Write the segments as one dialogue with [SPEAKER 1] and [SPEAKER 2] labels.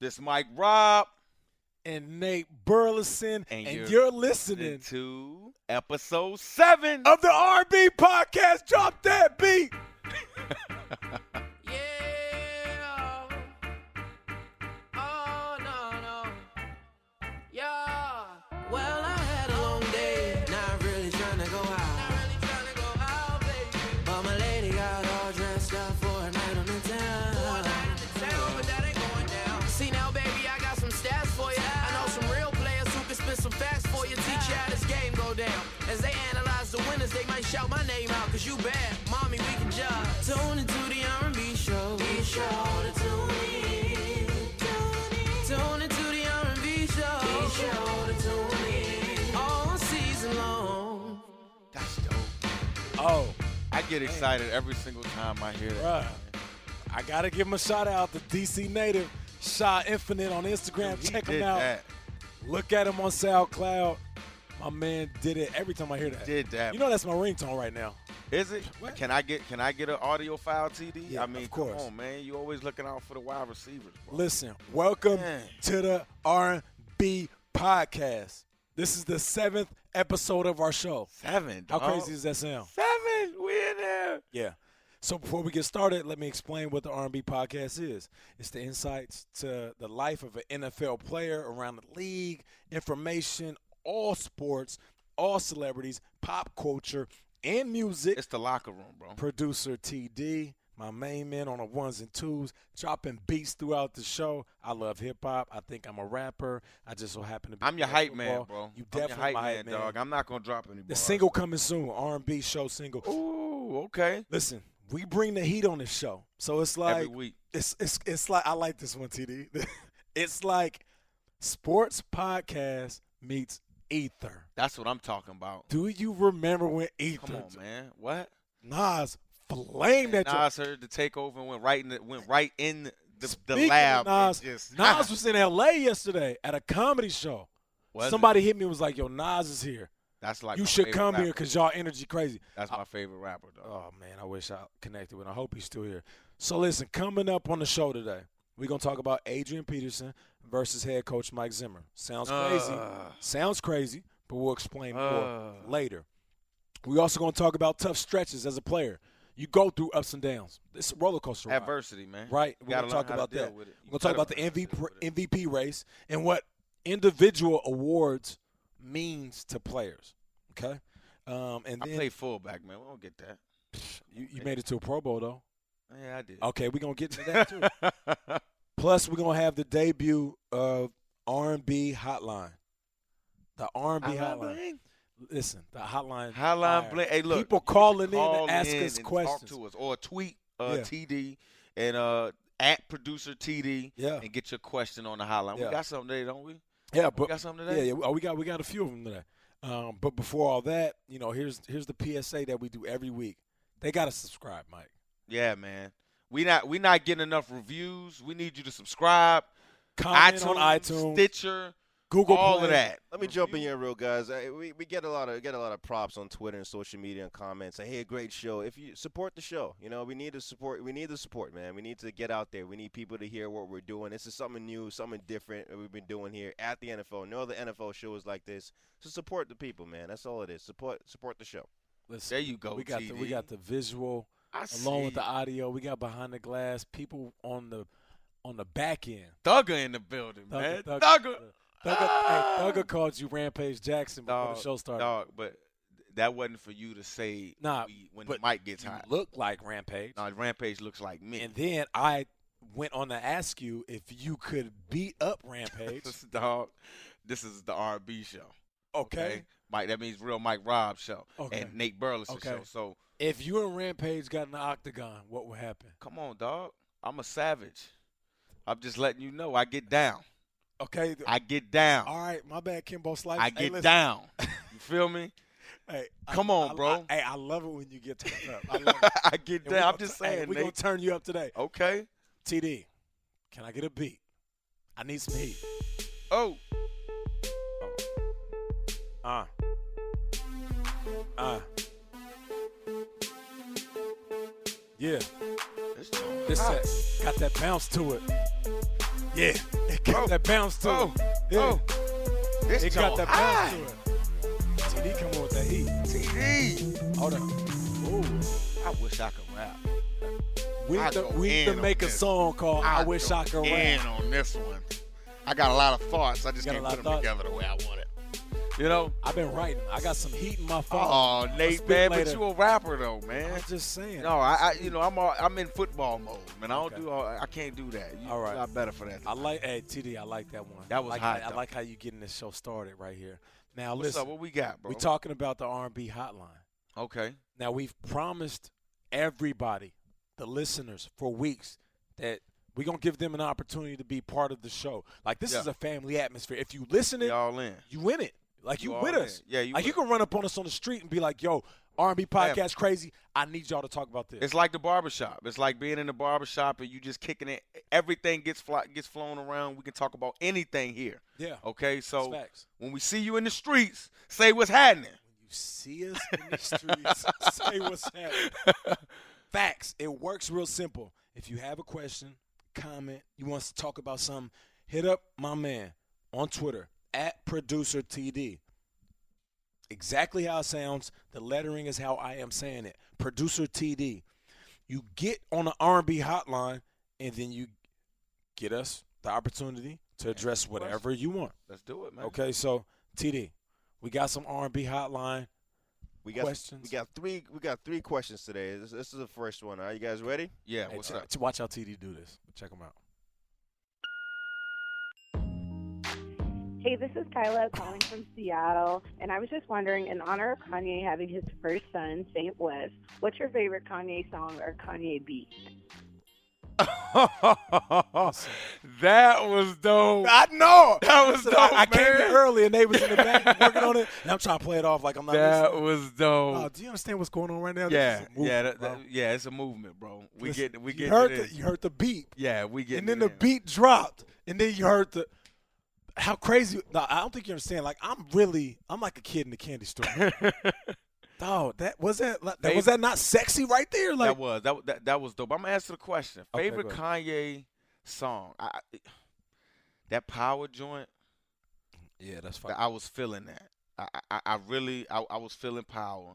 [SPEAKER 1] This Mike Rob
[SPEAKER 2] and Nate Burleson, and,
[SPEAKER 1] And
[SPEAKER 2] you're,
[SPEAKER 1] you're
[SPEAKER 2] listening Oh,
[SPEAKER 1] to episode seven.
[SPEAKER 2] of the RB podcast. Drop that beat.
[SPEAKER 3] Yeah. Oh no no. Yeah. Well, I had a long day. Not really trying to go out. Not really trying to go out, baby. But my lady got all dressed up for a night on the town. For a night on the town, but that ain't going down. See now, baby, I got some stats for you. I know some real players who can spit some facts for you. Teach you how this game go down. As they analyze the winners, they might shout my name out. Cause you bad. Mommy, we can judge. Tune into the R&B show. Be sure to tune in. Tune into the R&B show. Be sure to tune in. All season long.
[SPEAKER 1] That's dope.
[SPEAKER 2] Oh,
[SPEAKER 1] I get excited every single time I hear that.
[SPEAKER 2] bruh. I got to give him a shout out to DC Native, Shaw Infinite on Instagram.
[SPEAKER 1] Dude, he
[SPEAKER 2] Check him
[SPEAKER 1] did
[SPEAKER 2] out.
[SPEAKER 1] That.
[SPEAKER 2] Look at him on SoundCloud. My man did it every time I hear that.
[SPEAKER 1] Did that.
[SPEAKER 2] You know that's my ringtone right now.
[SPEAKER 1] Is it?
[SPEAKER 2] What?
[SPEAKER 1] Can I get can I get an audio file TD?
[SPEAKER 2] Yeah,
[SPEAKER 1] I mean,
[SPEAKER 2] of course.
[SPEAKER 1] come on, man. You always looking out for the wide receivers, bro.
[SPEAKER 2] Listen, welcome
[SPEAKER 1] Man.
[SPEAKER 2] to the R&B podcast. This is the seventh episode of our show.
[SPEAKER 1] Seven.
[SPEAKER 2] How
[SPEAKER 1] Dog.
[SPEAKER 2] crazy does that sound?
[SPEAKER 1] Seven. We in there.
[SPEAKER 2] Yeah. So before we get started, let me explain what the R&B podcast is. It's the insights to the life of an NFL player around the league, information, all sports, all celebrities, pop culture, and music.
[SPEAKER 1] It's the locker room, bro.
[SPEAKER 2] Producer TD, my main man on the ones and twos, dropping beats throughout the show. I love hip hop. I think I'm a rapper. I just so happen to be.
[SPEAKER 1] I'm your
[SPEAKER 2] good at
[SPEAKER 1] hype man,
[SPEAKER 2] football.
[SPEAKER 1] bro.
[SPEAKER 2] You
[SPEAKER 1] I'm your
[SPEAKER 2] definitely my hype man.
[SPEAKER 1] dog. I'm not gonna drop any.
[SPEAKER 2] The single coming soon, R&B show single.
[SPEAKER 1] Ooh, okay.
[SPEAKER 2] Listen, we bring the heat on this show. So it's
[SPEAKER 1] Every
[SPEAKER 2] like
[SPEAKER 1] week.
[SPEAKER 2] it's it's it's like I like this one, TD. it's like sports podcast meets ether.
[SPEAKER 1] That's what I'm talking about.
[SPEAKER 2] Do you remember when ether
[SPEAKER 1] Come on, man. What?
[SPEAKER 2] Nas flamed at
[SPEAKER 1] Nas heard the takeover and went right in the went right in the, the
[SPEAKER 2] Speaking of
[SPEAKER 1] lab. and
[SPEAKER 2] Nas,
[SPEAKER 1] just-
[SPEAKER 2] Nas was in LA yesterday at a comedy show.
[SPEAKER 1] Was it?
[SPEAKER 2] Somebody hit me and was like, "Yo, Nas is here.
[SPEAKER 1] That's like
[SPEAKER 2] you
[SPEAKER 1] my
[SPEAKER 2] should
[SPEAKER 1] favorite
[SPEAKER 2] come
[SPEAKER 1] rapper.
[SPEAKER 2] here because y'all energy crazy."
[SPEAKER 1] That's my favorite rapper, dog.
[SPEAKER 2] Oh man, I wish I connected with. him. I hope he's still here. So listen, coming up on the show today, we're gonna talk about Adrian Peterson versus head coach Mike Zimmer. Sounds crazy.
[SPEAKER 1] Ugh.
[SPEAKER 2] Sounds crazy, but we'll explain more
[SPEAKER 1] Ugh.
[SPEAKER 2] later. We're also gonna talk about tough stretches as a player. You go through ups and downs. It's a roller coaster. ride.
[SPEAKER 1] Adversity, man.
[SPEAKER 2] Right.
[SPEAKER 1] You
[SPEAKER 2] We're going
[SPEAKER 1] gotta
[SPEAKER 2] to talk
[SPEAKER 1] learn how
[SPEAKER 2] about
[SPEAKER 1] to deal
[SPEAKER 2] that. We're
[SPEAKER 1] with it. You
[SPEAKER 2] going to talk
[SPEAKER 1] gotta
[SPEAKER 2] about the
[SPEAKER 1] learn how to deal
[SPEAKER 2] MVP,
[SPEAKER 1] with it.
[SPEAKER 2] MVP race and what individual awards means to players. Okay? Um, and
[SPEAKER 1] I
[SPEAKER 2] then
[SPEAKER 1] play fullback, man. We don't get that.
[SPEAKER 2] you, you made it to a Pro Bowl, though.
[SPEAKER 1] Yeah, I did.
[SPEAKER 2] Okay, we're going to get into that, too. Plus, we're going to have the debut of R&B Hotline. The R&B Hotline.
[SPEAKER 1] Hotline
[SPEAKER 2] Listen, the hotline. fire.
[SPEAKER 1] bling. Hey, look.
[SPEAKER 2] People
[SPEAKER 1] you can
[SPEAKER 2] calling in
[SPEAKER 1] call
[SPEAKER 2] to ask
[SPEAKER 1] in
[SPEAKER 2] us
[SPEAKER 1] and
[SPEAKER 2] questions.
[SPEAKER 1] Talk to us or tweet uh,
[SPEAKER 2] Yeah.
[SPEAKER 1] TD and uh, at producer TD
[SPEAKER 2] Yeah.
[SPEAKER 1] and get your question on the hotline.
[SPEAKER 2] Yeah.
[SPEAKER 1] We got something today, don't we?
[SPEAKER 2] Yeah,
[SPEAKER 1] We
[SPEAKER 2] but
[SPEAKER 1] got something
[SPEAKER 2] Yeah,
[SPEAKER 1] today.
[SPEAKER 2] yeah. we- Oh, we got we got a few of them today. Um, but before all that, you know, here's here's the PSA that we do every week. They gotta subscribe, Mike.
[SPEAKER 1] Yeah, man. We not we not getting enough reviews. We need you to subscribe.
[SPEAKER 2] Comment on iTunes,
[SPEAKER 1] Stitcher,
[SPEAKER 2] Google,
[SPEAKER 1] all
[SPEAKER 2] Play.
[SPEAKER 1] of that.
[SPEAKER 4] Let me jump in
[SPEAKER 1] Review.
[SPEAKER 4] here real guys. I, we, we get a lot of get a lot of props on Twitter and social media and comments. Say, hey, great show. If you support the show, you know we need to support. We need the support, man. We need to get out there. We need people to hear what we're doing. This is something new, something different that we've been doing here at the NFL. No other NFL show is like this. So support the people, man. That's all it is. Support support the show.
[SPEAKER 2] Listen,
[SPEAKER 1] There you go.
[SPEAKER 2] we got
[SPEAKER 1] TD.
[SPEAKER 2] the we got the visual
[SPEAKER 1] I
[SPEAKER 2] along with
[SPEAKER 1] see
[SPEAKER 2] the audio. We got behind the glass people on the on the back end.
[SPEAKER 1] Thugger in the building, man.
[SPEAKER 2] Thugger, Thugger,
[SPEAKER 1] Thugger.
[SPEAKER 2] Thugger,
[SPEAKER 1] Ah!
[SPEAKER 2] hey, Thugger called you Rampage Jackson before
[SPEAKER 1] Dog,
[SPEAKER 2] the show started.
[SPEAKER 1] Dog, but that wasn't for you to say
[SPEAKER 2] Nah,
[SPEAKER 1] we- when
[SPEAKER 2] but
[SPEAKER 1] the mic gets
[SPEAKER 2] You
[SPEAKER 1] hot.
[SPEAKER 2] look like Rampage.
[SPEAKER 1] Nah, Rampage looks like me.
[SPEAKER 2] And then I went on to ask you if you could beat up Rampage.
[SPEAKER 1] dog, this is the R&B show.
[SPEAKER 2] okay.
[SPEAKER 1] Mike, that means real Mike Rob show
[SPEAKER 2] Okay.
[SPEAKER 1] and Nate Burleson
[SPEAKER 2] Okay.
[SPEAKER 1] show. So
[SPEAKER 2] If you and Rampage got in the octagon, what would happen?
[SPEAKER 1] come on, dog. I'm a savage. I'm just letting you know. I get down.
[SPEAKER 2] Okay. th-
[SPEAKER 1] I get down.
[SPEAKER 2] all right, my bad, Kimbo Slice.
[SPEAKER 1] I
[SPEAKER 2] Hey,
[SPEAKER 1] get
[SPEAKER 2] listen,
[SPEAKER 1] down. You feel me?
[SPEAKER 2] hey,
[SPEAKER 1] Come on,
[SPEAKER 2] I-
[SPEAKER 1] bro.
[SPEAKER 2] I- hey, I love it when you get turned up. I love it.
[SPEAKER 1] I get
[SPEAKER 2] And we
[SPEAKER 1] down. I'm
[SPEAKER 2] gonna-
[SPEAKER 1] just
[SPEAKER 2] hey,
[SPEAKER 1] saying,
[SPEAKER 2] we gonna
[SPEAKER 1] Nate. Oh.
[SPEAKER 2] turn you up today.
[SPEAKER 1] Okay.
[SPEAKER 2] TD, can I get a beat? I need some heat.
[SPEAKER 1] Oh,
[SPEAKER 2] Uh. Uh. Yeah,
[SPEAKER 1] this song
[SPEAKER 2] this
[SPEAKER 1] hot.
[SPEAKER 2] set got that bounce to it. Yeah. got
[SPEAKER 1] Oh,
[SPEAKER 2] that bounce to
[SPEAKER 1] oh,
[SPEAKER 2] it. Yeah.
[SPEAKER 1] oh. This
[SPEAKER 2] It
[SPEAKER 1] joint
[SPEAKER 2] got that bounce to it. TD come on with that heat.
[SPEAKER 1] high. TD.
[SPEAKER 2] Hold on. Ooh.
[SPEAKER 1] I wish I could rap.
[SPEAKER 2] We
[SPEAKER 1] I
[SPEAKER 2] to,
[SPEAKER 1] go
[SPEAKER 2] we to
[SPEAKER 1] in on
[SPEAKER 2] make a
[SPEAKER 1] this.
[SPEAKER 2] song called I, Wish
[SPEAKER 1] go
[SPEAKER 2] I Could
[SPEAKER 1] in
[SPEAKER 2] Rap.
[SPEAKER 1] on this one. I got a lot of thoughts. I just
[SPEAKER 2] You got a
[SPEAKER 1] can't
[SPEAKER 2] lot
[SPEAKER 1] put
[SPEAKER 2] of
[SPEAKER 1] them
[SPEAKER 2] thoughts?
[SPEAKER 1] together the way I want it. You know?
[SPEAKER 2] I've been writing. I got some heat in my phone.
[SPEAKER 1] Oh,
[SPEAKER 2] speak
[SPEAKER 1] Nate, man,
[SPEAKER 2] later.
[SPEAKER 1] but you a rapper though,
[SPEAKER 2] I'm
[SPEAKER 1] man.
[SPEAKER 2] just saying.
[SPEAKER 1] No, I, I you know, I'm all, I'm in football mode, man. I don't
[SPEAKER 2] Okay.
[SPEAKER 1] do all, I can't do that. You
[SPEAKER 2] All right.
[SPEAKER 1] got better for that.
[SPEAKER 2] I like hey TD. I like that one.
[SPEAKER 1] That was
[SPEAKER 2] I like,
[SPEAKER 1] hot,
[SPEAKER 2] I, I
[SPEAKER 1] though.
[SPEAKER 2] like how you getting this show started right here. Now
[SPEAKER 1] What's
[SPEAKER 2] listen,
[SPEAKER 1] up? What we got, bro?
[SPEAKER 2] we're talking about the R&B hotline.
[SPEAKER 1] okay.
[SPEAKER 2] Now we've promised everybody, the listeners, for weeks that we're gonna give them an opportunity to be part of the show. Like this
[SPEAKER 1] Yeah.
[SPEAKER 2] is a family atmosphere. If you listen it,
[SPEAKER 1] Y'all in.
[SPEAKER 2] you win it. Like you,
[SPEAKER 1] You all
[SPEAKER 2] with
[SPEAKER 1] in.
[SPEAKER 2] us.
[SPEAKER 1] Yeah, you
[SPEAKER 2] like you
[SPEAKER 1] with
[SPEAKER 2] can run up on us on the street and be like, "Yo, R&B podcast crazy. I need y'all to talk about this."
[SPEAKER 1] It's like the barbershop. It's like being in the barbershop and you just kicking it. Everything gets fly, gets flown around. We can talk about anything here.
[SPEAKER 2] yeah,
[SPEAKER 1] Okay,
[SPEAKER 2] it's
[SPEAKER 1] so
[SPEAKER 2] facts.
[SPEAKER 1] when we see you in the streets, say what's happening.
[SPEAKER 2] You see us in the streets. say what's happening. Facts. It works real simple. If you have a question, comment, you want us to talk about something, hit up my man on Twitter at producer TD. Exactly how it sounds. The lettering is how I am saying it. Producer TD. You get on the R&B hotline, and then you get us the opportunity to address whatever you want.
[SPEAKER 1] Let's do it, man.
[SPEAKER 2] Okay, so TD, we got some R&B hotline.
[SPEAKER 4] We got
[SPEAKER 2] Questions?
[SPEAKER 4] We got three. We got three questions today. This, this is the first one. Are you guys ready?
[SPEAKER 1] Yeah,
[SPEAKER 2] Hey,
[SPEAKER 1] what's
[SPEAKER 2] ch-
[SPEAKER 1] up?
[SPEAKER 2] ch- watch how TD do this. Check him out.
[SPEAKER 5] Hey, this is Kyla calling from Seattle, and I was just wondering, in honor of Kanye having his first son, St. West, what's your favorite Kanye song or Kanye beat?
[SPEAKER 1] that was dope.
[SPEAKER 2] I know.
[SPEAKER 1] That was dope,
[SPEAKER 2] I, I came
[SPEAKER 1] man.
[SPEAKER 2] in early and they was in the back working on it, and I'm trying to play it off like I'm not. listening.
[SPEAKER 1] That was dope.
[SPEAKER 2] Oh, do you understand what's going on right now? This
[SPEAKER 1] yeah,
[SPEAKER 2] is a movement,
[SPEAKER 1] yeah, that,
[SPEAKER 2] bro.
[SPEAKER 1] that- yeah. It's a movement, bro. We
[SPEAKER 2] Listen,
[SPEAKER 1] get, we
[SPEAKER 2] you
[SPEAKER 1] get.
[SPEAKER 2] Heard the, you heard the beat,
[SPEAKER 1] yeah, we get.
[SPEAKER 2] and then the beat dropped, and then you heard the. How crazy! No, I don't think you understand. Like I'm really, I'm like a kid in the candy store. Dog, that was that. Like, that
[SPEAKER 1] They-
[SPEAKER 2] was that not sexy right there? Like
[SPEAKER 1] that was that, wa- that. That was dope. I'm gonna answer the question.
[SPEAKER 2] Okay,
[SPEAKER 1] Favorite
[SPEAKER 2] go
[SPEAKER 1] Kanye song? I, I- that power joint.
[SPEAKER 2] yeah, that's
[SPEAKER 1] that I was feeling that. I, I- I, I really, I, I was feeling power.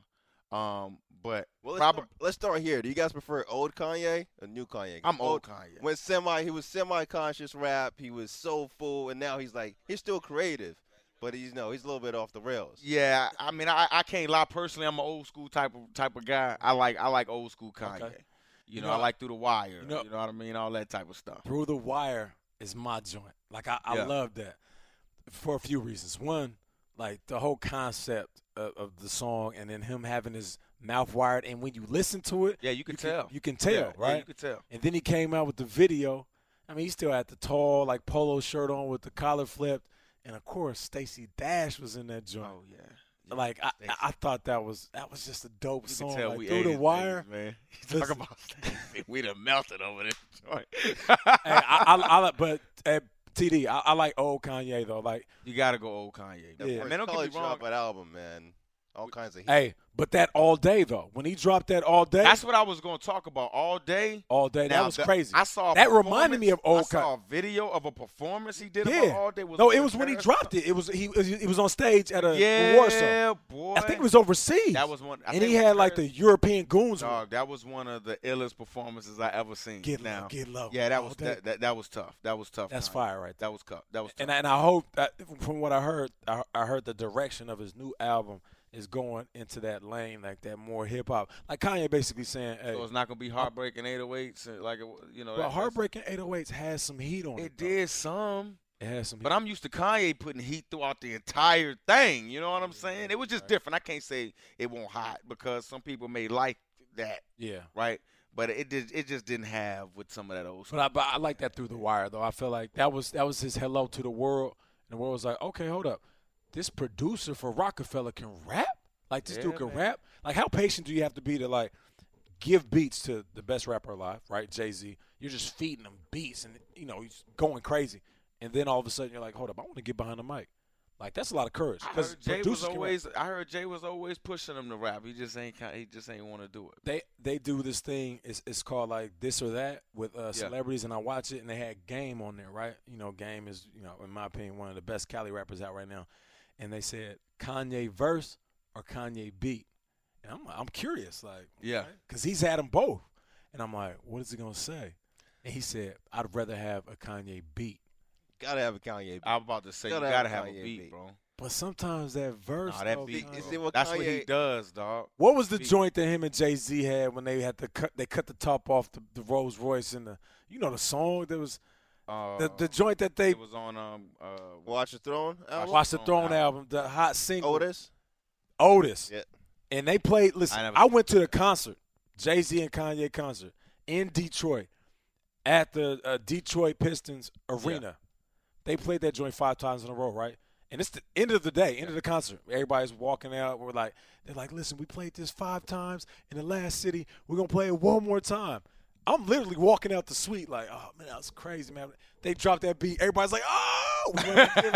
[SPEAKER 1] Um, but
[SPEAKER 4] Well, let's,
[SPEAKER 1] probably
[SPEAKER 4] start, let's start here. Do you guys prefer old Kanye or new Kanye?
[SPEAKER 1] I'm old Kanye.
[SPEAKER 4] When semi, he was semi-conscious rap. He was soulful, and now he's like he's still creative, but he's no, he's a little bit off the rails.
[SPEAKER 1] Yeah, I mean, I, I can't lie. Personally, I'm an old school type of type of guy. I like I like old school Kanye.
[SPEAKER 2] Okay.
[SPEAKER 1] You,
[SPEAKER 2] You
[SPEAKER 1] know,
[SPEAKER 2] know,
[SPEAKER 1] I like Through the Wire.
[SPEAKER 2] you know-
[SPEAKER 1] you know what I mean? All that type of stuff.
[SPEAKER 2] Through the Wire is my joint. Like I, I
[SPEAKER 1] Yeah.
[SPEAKER 2] love that for a few reasons. One, like the whole concept of, of the song, and then him having his mouth wired, and when you listen to it,
[SPEAKER 1] Yeah, you can
[SPEAKER 2] you
[SPEAKER 1] tell.
[SPEAKER 2] Can, you can tell,
[SPEAKER 1] Yeah, yeah,
[SPEAKER 2] right?
[SPEAKER 1] you can tell.
[SPEAKER 2] and then he came out with the video. I mean, he still had the tall, like polo shirt on with the collar flipped, and of course, Stacey Dash was in that joint.
[SPEAKER 1] Oh yeah. yeah,
[SPEAKER 2] like I,
[SPEAKER 1] Stacey.
[SPEAKER 2] I thought that was that was just a dope
[SPEAKER 1] You
[SPEAKER 2] song.
[SPEAKER 1] can tell
[SPEAKER 2] like,
[SPEAKER 1] we
[SPEAKER 2] through
[SPEAKER 1] 80s
[SPEAKER 2] the
[SPEAKER 1] babies,
[SPEAKER 2] wire.
[SPEAKER 1] man.
[SPEAKER 2] Listen.
[SPEAKER 1] You talk about Stacey. we done melted over this joint.
[SPEAKER 2] hey, I, I, I like, but uh, TD, I, I like old Kanye though. Like,
[SPEAKER 1] you gotta go old Kanye.
[SPEAKER 2] Yeah.
[SPEAKER 1] Man, don't get
[SPEAKER 4] College
[SPEAKER 1] me wrong.
[SPEAKER 4] Dropout album, man. All kinds of heat.
[SPEAKER 2] hey, but that all day though. When he dropped that all day,
[SPEAKER 1] That's what I was gonna talk about all day.
[SPEAKER 2] all day.
[SPEAKER 1] Now,
[SPEAKER 2] that was
[SPEAKER 1] the-
[SPEAKER 2] crazy.
[SPEAKER 1] I saw a
[SPEAKER 2] that reminded
[SPEAKER 1] performance-
[SPEAKER 2] me of old
[SPEAKER 1] I saw
[SPEAKER 2] Kanye.
[SPEAKER 1] a video of a performance he did about
[SPEAKER 2] Yeah.
[SPEAKER 1] all day. Was
[SPEAKER 2] no,
[SPEAKER 1] in
[SPEAKER 2] it was when he
[SPEAKER 1] Paris.
[SPEAKER 2] dropped it. It was he. It was on stage at a
[SPEAKER 1] Yeah,
[SPEAKER 2] Warsaw.
[SPEAKER 1] boy.
[SPEAKER 2] I think it was overseas.
[SPEAKER 1] That was one. I
[SPEAKER 2] and
[SPEAKER 1] think
[SPEAKER 2] he
[SPEAKER 1] it was
[SPEAKER 2] had like the
[SPEAKER 1] Paris.
[SPEAKER 2] European goons. with him.
[SPEAKER 1] dog. That was one of the illest performances I ever seen.
[SPEAKER 2] Get low,
[SPEAKER 1] now,
[SPEAKER 2] get low.
[SPEAKER 1] Yeah, that
[SPEAKER 2] All
[SPEAKER 1] was
[SPEAKER 2] day.
[SPEAKER 1] that, that. That was tough. That was tough.
[SPEAKER 2] That's
[SPEAKER 1] Kanye.
[SPEAKER 2] fire right there.
[SPEAKER 1] That was tough. That was tough.
[SPEAKER 2] And I, and I hope uh, from what I heard, I, I heard the direction of his new album is going into that lane, like that more hip hop. Like Kanye basically saying, hey,
[SPEAKER 1] so it's not gonna be heartbreaking 808s and like it wa- you know. that-
[SPEAKER 2] But
[SPEAKER 1] that's-
[SPEAKER 2] Heartbreaking 808s has some heat on it.
[SPEAKER 1] It
[SPEAKER 2] though.
[SPEAKER 1] did some,
[SPEAKER 2] It has some heat.
[SPEAKER 1] but I'm used to Kanye putting heat throughout the entire thing. You know what I'm saying? It was just different. I can't say it won't hot because some people may like that,
[SPEAKER 2] yeah.
[SPEAKER 1] right? But it did. It just didn't have with some of that old.
[SPEAKER 2] But I, but I like that through the wire though. I feel like that was that was his hello to the world, and the world was like, okay, hold up, this producer for Rockefeller can rap. Like this
[SPEAKER 1] Yeah,
[SPEAKER 2] dude can
[SPEAKER 1] man.
[SPEAKER 2] rap. Like how patient do you have to be to like give beats to the best rapper alive, right? Jay Z. You're just feeding him beats, and you know he's going crazy. And then all of a sudden you're like, hold up, I want to get behind the mic. Like that's a lot of courage.
[SPEAKER 1] I
[SPEAKER 2] Because
[SPEAKER 1] heard Jay was
[SPEAKER 2] producers can rap.
[SPEAKER 1] always. I heard Jay was always pushing him to rap. He just ain't. ki- He just ain't want to do it.
[SPEAKER 2] they they do this thing. It's it's called like this or that with uh, celebrities, and I watch it, and they had Game on there, right? You know, Game is you know, in my opinion, one of the best Cali rappers out right now. And they said Kanye verse or Kanye beat, and I'm I'm curious, like
[SPEAKER 1] Yeah.
[SPEAKER 2] because he's had them both, and I'm like, what is he gonna say? And he said, I'd rather have a Kanye beat.
[SPEAKER 4] Gotta have a Kanye.
[SPEAKER 1] I was about to say
[SPEAKER 4] Gotta
[SPEAKER 1] you gotta have,
[SPEAKER 4] have Kanye
[SPEAKER 1] a beat,
[SPEAKER 4] beat.
[SPEAKER 1] bro.
[SPEAKER 2] But sometimes that verse,
[SPEAKER 1] Nah, that
[SPEAKER 2] though,
[SPEAKER 1] beat,
[SPEAKER 2] kinda-
[SPEAKER 4] You
[SPEAKER 1] bro.
[SPEAKER 4] see what
[SPEAKER 1] That's what he
[SPEAKER 4] Kanye-
[SPEAKER 1] does, dog.
[SPEAKER 2] What was the
[SPEAKER 1] Speak.
[SPEAKER 2] joint that him and Jay Z had when they had to cut? They cut the top off the, the Rolls Royce and the you know the song that was
[SPEAKER 1] Uh,
[SPEAKER 2] the, the joint that they
[SPEAKER 1] it was on um uh
[SPEAKER 4] Watch the Throne album.
[SPEAKER 2] Watch the
[SPEAKER 1] Throne
[SPEAKER 2] Throne
[SPEAKER 1] album.
[SPEAKER 2] album, the hot single
[SPEAKER 4] Otis.
[SPEAKER 2] Otis.
[SPEAKER 4] Yeah.
[SPEAKER 2] and they played. Listen,
[SPEAKER 1] I
[SPEAKER 2] I,
[SPEAKER 1] never-
[SPEAKER 2] went to the concert, Jay Z and Kanye concert in Detroit at the uh, Detroit Pistons arena. They played that joint five times in a row, right? And it's the end of the day, end of the concert. Everybody's walking out. We're like, they're like, listen, we played this five times in the last city. We're gonna play it one more time. I'm literally walking out the suite like, oh man, that was crazy, man. They dropped that beat. Everybody's like, oh, we, went back in,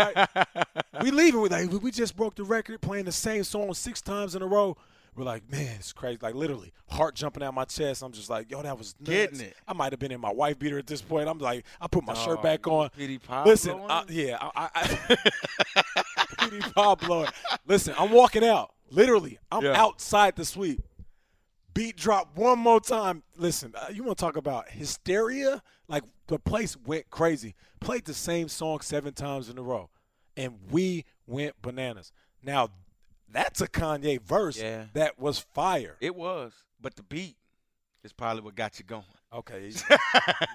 [SPEAKER 2] like, we leaving. We're like, we just broke the record playing the same song six times in a row. We're like, man, it's crazy. Like literally, heart jumping out my chest. I'm just like, yo, that was nuts.
[SPEAKER 1] Getting it.
[SPEAKER 2] I might have been in my wife beater at this point. I'm like, I put my
[SPEAKER 1] Dog,
[SPEAKER 2] shirt back
[SPEAKER 1] you
[SPEAKER 2] on.
[SPEAKER 1] Petey Pablo
[SPEAKER 2] Listen,
[SPEAKER 1] on
[SPEAKER 2] I,
[SPEAKER 1] it?
[SPEAKER 2] yeah, I, I, I Petey Pablo. Listen, I'm walking out. Literally, I'm
[SPEAKER 1] Yeah.
[SPEAKER 2] outside the suite. Beat drop one more time. Listen, uh, you want to talk about hysteria? Like the place went crazy. Played the same song seven times in a row, and we went bananas. Now, that's a Kanye verse
[SPEAKER 1] Yeah.
[SPEAKER 2] that was fire.
[SPEAKER 1] It was, but the beat is probably what got you going.
[SPEAKER 2] Okay.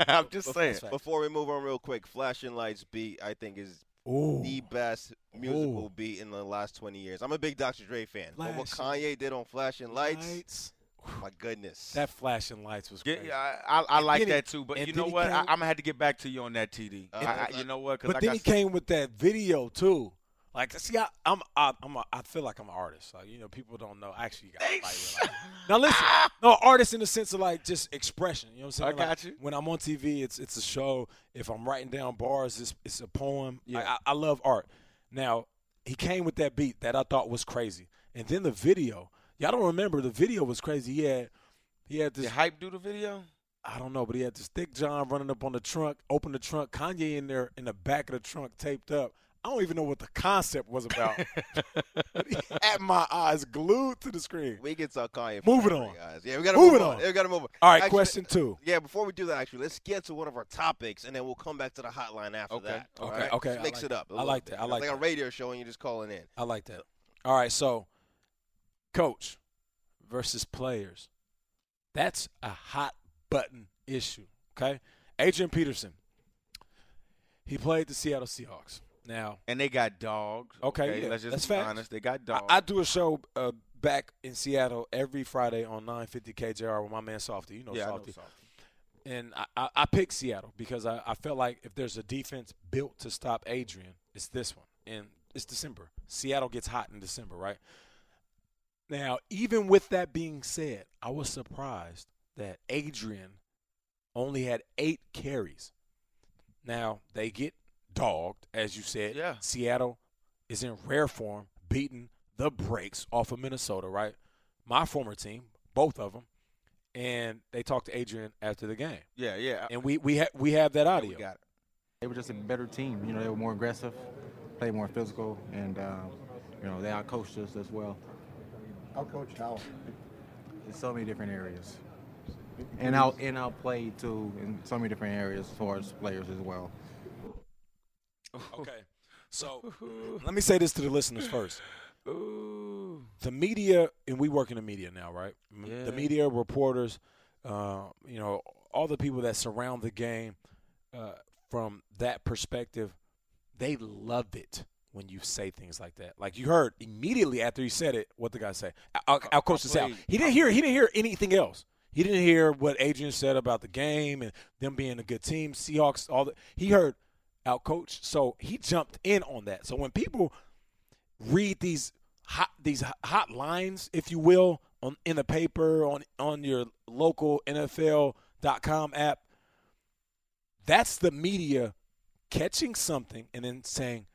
[SPEAKER 1] I'm just saying.
[SPEAKER 2] That's right.
[SPEAKER 4] Before we move on, real quick, Flashing Lights beat I think is
[SPEAKER 2] Ooh.
[SPEAKER 4] the best musical
[SPEAKER 2] Ooh.
[SPEAKER 4] beat in the last 20 years. I'm a big Dr. Dre fan, but what
[SPEAKER 2] Flashing
[SPEAKER 4] Kanye did on Flashing Lights, my goodness.
[SPEAKER 2] That flashing lights was
[SPEAKER 1] Yeah,
[SPEAKER 2] crazy.
[SPEAKER 1] yeah, I, I, I like
[SPEAKER 2] then he-
[SPEAKER 1] that too, but
[SPEAKER 2] and
[SPEAKER 1] you
[SPEAKER 2] then
[SPEAKER 1] know
[SPEAKER 2] he
[SPEAKER 1] what? I, I'm
[SPEAKER 2] came-
[SPEAKER 1] gonna have to get back to you on that TD. I-
[SPEAKER 4] Uh,
[SPEAKER 1] I- you know what? Because
[SPEAKER 2] But
[SPEAKER 1] I
[SPEAKER 2] then
[SPEAKER 1] got
[SPEAKER 2] he came with that video too. Like, see, I, I'm, I, I'm, a, I feel like I'm an artist. Like, you know, people don't know. I actually, got to fight with, like, now listen, no artist in the sense of like just expression. You know what I'm saying?
[SPEAKER 1] I
[SPEAKER 2] Like,
[SPEAKER 1] got you.
[SPEAKER 2] When I'm on TV, it's it's a show. If I'm writing down bars, it's it's a poem.
[SPEAKER 1] Yeah.
[SPEAKER 2] I, I, I love art. Now he came with that beat that I thought was crazy, and then the video. Y'all don't remember the video was crazy. He had he had this
[SPEAKER 1] did hype do the video.
[SPEAKER 2] I don't know, but he had this thick John running up on the trunk, open the trunk, Kanye in there in the back of the trunk taped up. I don't even know what the concept was about. But he had my eyes glued to the screen.
[SPEAKER 4] we can talk Kanye.
[SPEAKER 2] Move it
[SPEAKER 4] forever,
[SPEAKER 2] on.
[SPEAKER 4] guys. Yeah, we gotta
[SPEAKER 2] Move it
[SPEAKER 4] move on.
[SPEAKER 2] on.
[SPEAKER 4] Yeah, we gotta move on.
[SPEAKER 2] All right,
[SPEAKER 4] Actually,
[SPEAKER 2] question two.
[SPEAKER 4] Yeah, before we do that, actually, let's get to one of our topics, and then we'll come back to the hotline after
[SPEAKER 1] Okay.
[SPEAKER 4] that. all
[SPEAKER 2] Okay,
[SPEAKER 4] right?
[SPEAKER 2] okay,
[SPEAKER 4] Just
[SPEAKER 2] I
[SPEAKER 4] mix
[SPEAKER 2] like
[SPEAKER 4] it up. a
[SPEAKER 2] that. I
[SPEAKER 4] little
[SPEAKER 2] like
[SPEAKER 4] bit.
[SPEAKER 2] that, I
[SPEAKER 4] It's
[SPEAKER 2] like
[SPEAKER 4] like a
[SPEAKER 2] that.
[SPEAKER 4] radio show, and you're just calling in.
[SPEAKER 2] I like that. All right, so coach versus players. That's a hot button issue. Okay. Adrian Peterson. He played the Seattle Seahawks. Now,
[SPEAKER 1] And they got dogs.
[SPEAKER 2] Okay, yeah,
[SPEAKER 1] let's just
[SPEAKER 2] that's
[SPEAKER 1] be
[SPEAKER 2] facts.
[SPEAKER 1] honest. They got
[SPEAKER 2] I,
[SPEAKER 1] dogs.
[SPEAKER 2] I do a show uh, back in Seattle every Friday on 950 KJR with my man Softy. You know
[SPEAKER 1] yeah, I know
[SPEAKER 2] Softy.
[SPEAKER 1] Softy.
[SPEAKER 2] and I, I, I picked Seattle because I, I felt like if there's a defense built to stop Adrian, it's this one. And it's December. Seattle gets hot in December, right? Now, even with that being said, I was surprised that Adrian only had eight carries. Now, they get dogged, as you said.
[SPEAKER 1] Yeah.
[SPEAKER 2] Seattle is in rare form, beating the brakes off of Minnesota, right? My former team, both of them. And they talked to Adrian after the game.
[SPEAKER 1] Yeah, yeah.
[SPEAKER 2] And we we, ha- we have that
[SPEAKER 1] We
[SPEAKER 2] audio.
[SPEAKER 1] got it.
[SPEAKER 6] They were just a better team. You know, they were more aggressive, played more physical, and um, you know they outcoached us as well
[SPEAKER 7] I'll coach how.
[SPEAKER 6] in so many different areas, and out and outplayed too in so many different areas as far as players as well.
[SPEAKER 2] Okay. So let me say this to the listeners first.
[SPEAKER 1] Ooh.
[SPEAKER 2] The media, and we work in the media now, right? M-
[SPEAKER 1] Yeah.
[SPEAKER 2] The media, reporters, uh, you know, all the people that surround the game uh, from that perspective, they love it when you say things like that. Like you heard immediately after he said it, what the guy say? I'll, I'll coach this out.
[SPEAKER 1] played-
[SPEAKER 2] He didn't hear. He didn't hear anything else. He didn't hear what Adrian said about the game and them being a good team, Seahawks. All that he heard, out coach. So he jumped in on that. So when people read these hot these hot- hot lines, if you will, on in the paper on on your local NFL.com app, that's the media catching something and then saying,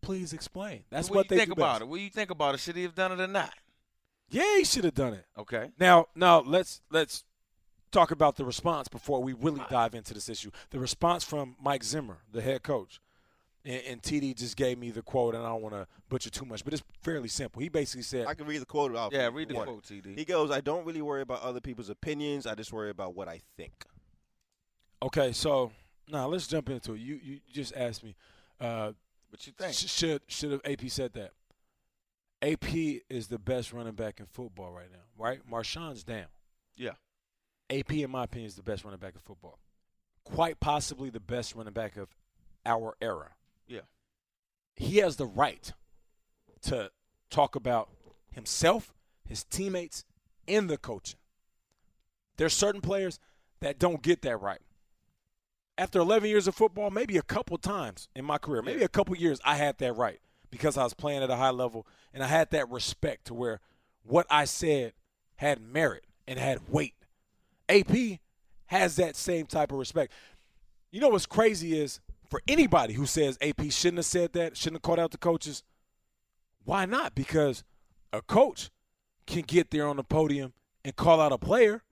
[SPEAKER 2] please explain. That's
[SPEAKER 1] what, do
[SPEAKER 2] what they
[SPEAKER 1] you think
[SPEAKER 2] do
[SPEAKER 1] about
[SPEAKER 2] best.
[SPEAKER 1] it? What do you think about it? Should he have done it or not?
[SPEAKER 2] Yeah, he should have done it.
[SPEAKER 1] Okay.
[SPEAKER 2] Now, now let's let's talk about the response before we
[SPEAKER 1] Ah.
[SPEAKER 2] really dive into this issue. The response from Mike Zimmer, the head coach, and, and TD just gave me the quote, and I don't want to butcher too much, but it's fairly simple. He basically said,
[SPEAKER 4] I can read the quote off.
[SPEAKER 1] Yeah,
[SPEAKER 4] if
[SPEAKER 1] read the
[SPEAKER 4] you want.
[SPEAKER 1] quote, TD.
[SPEAKER 4] He goes, I don't really worry about other people's opinions. I just worry about what I think.
[SPEAKER 2] "Okay, so now let's jump into it. You you just asked me, uh,
[SPEAKER 1] What you think?
[SPEAKER 2] sh- should should have AP said that? AP is the best running back in football right now, right? Marshawn's down.
[SPEAKER 1] Yeah.
[SPEAKER 2] AP, in my opinion, is the best running back of football. Quite possibly the best running back of our era.
[SPEAKER 1] Yeah.
[SPEAKER 2] He has the right to talk about himself, his teammates, and the coaching. There's certain players that don't get that right. After 11 years of football, maybe a couple times in my career, maybe a couple years, I had that right because I was playing at a high level and I had that respect to where what I said had merit and had weight. AP has that same type of respect. You know what's crazy is for anybody who says AP shouldn't have said that, shouldn't have called out the coaches, why not? Because a coach can get there on the podium and call out a player,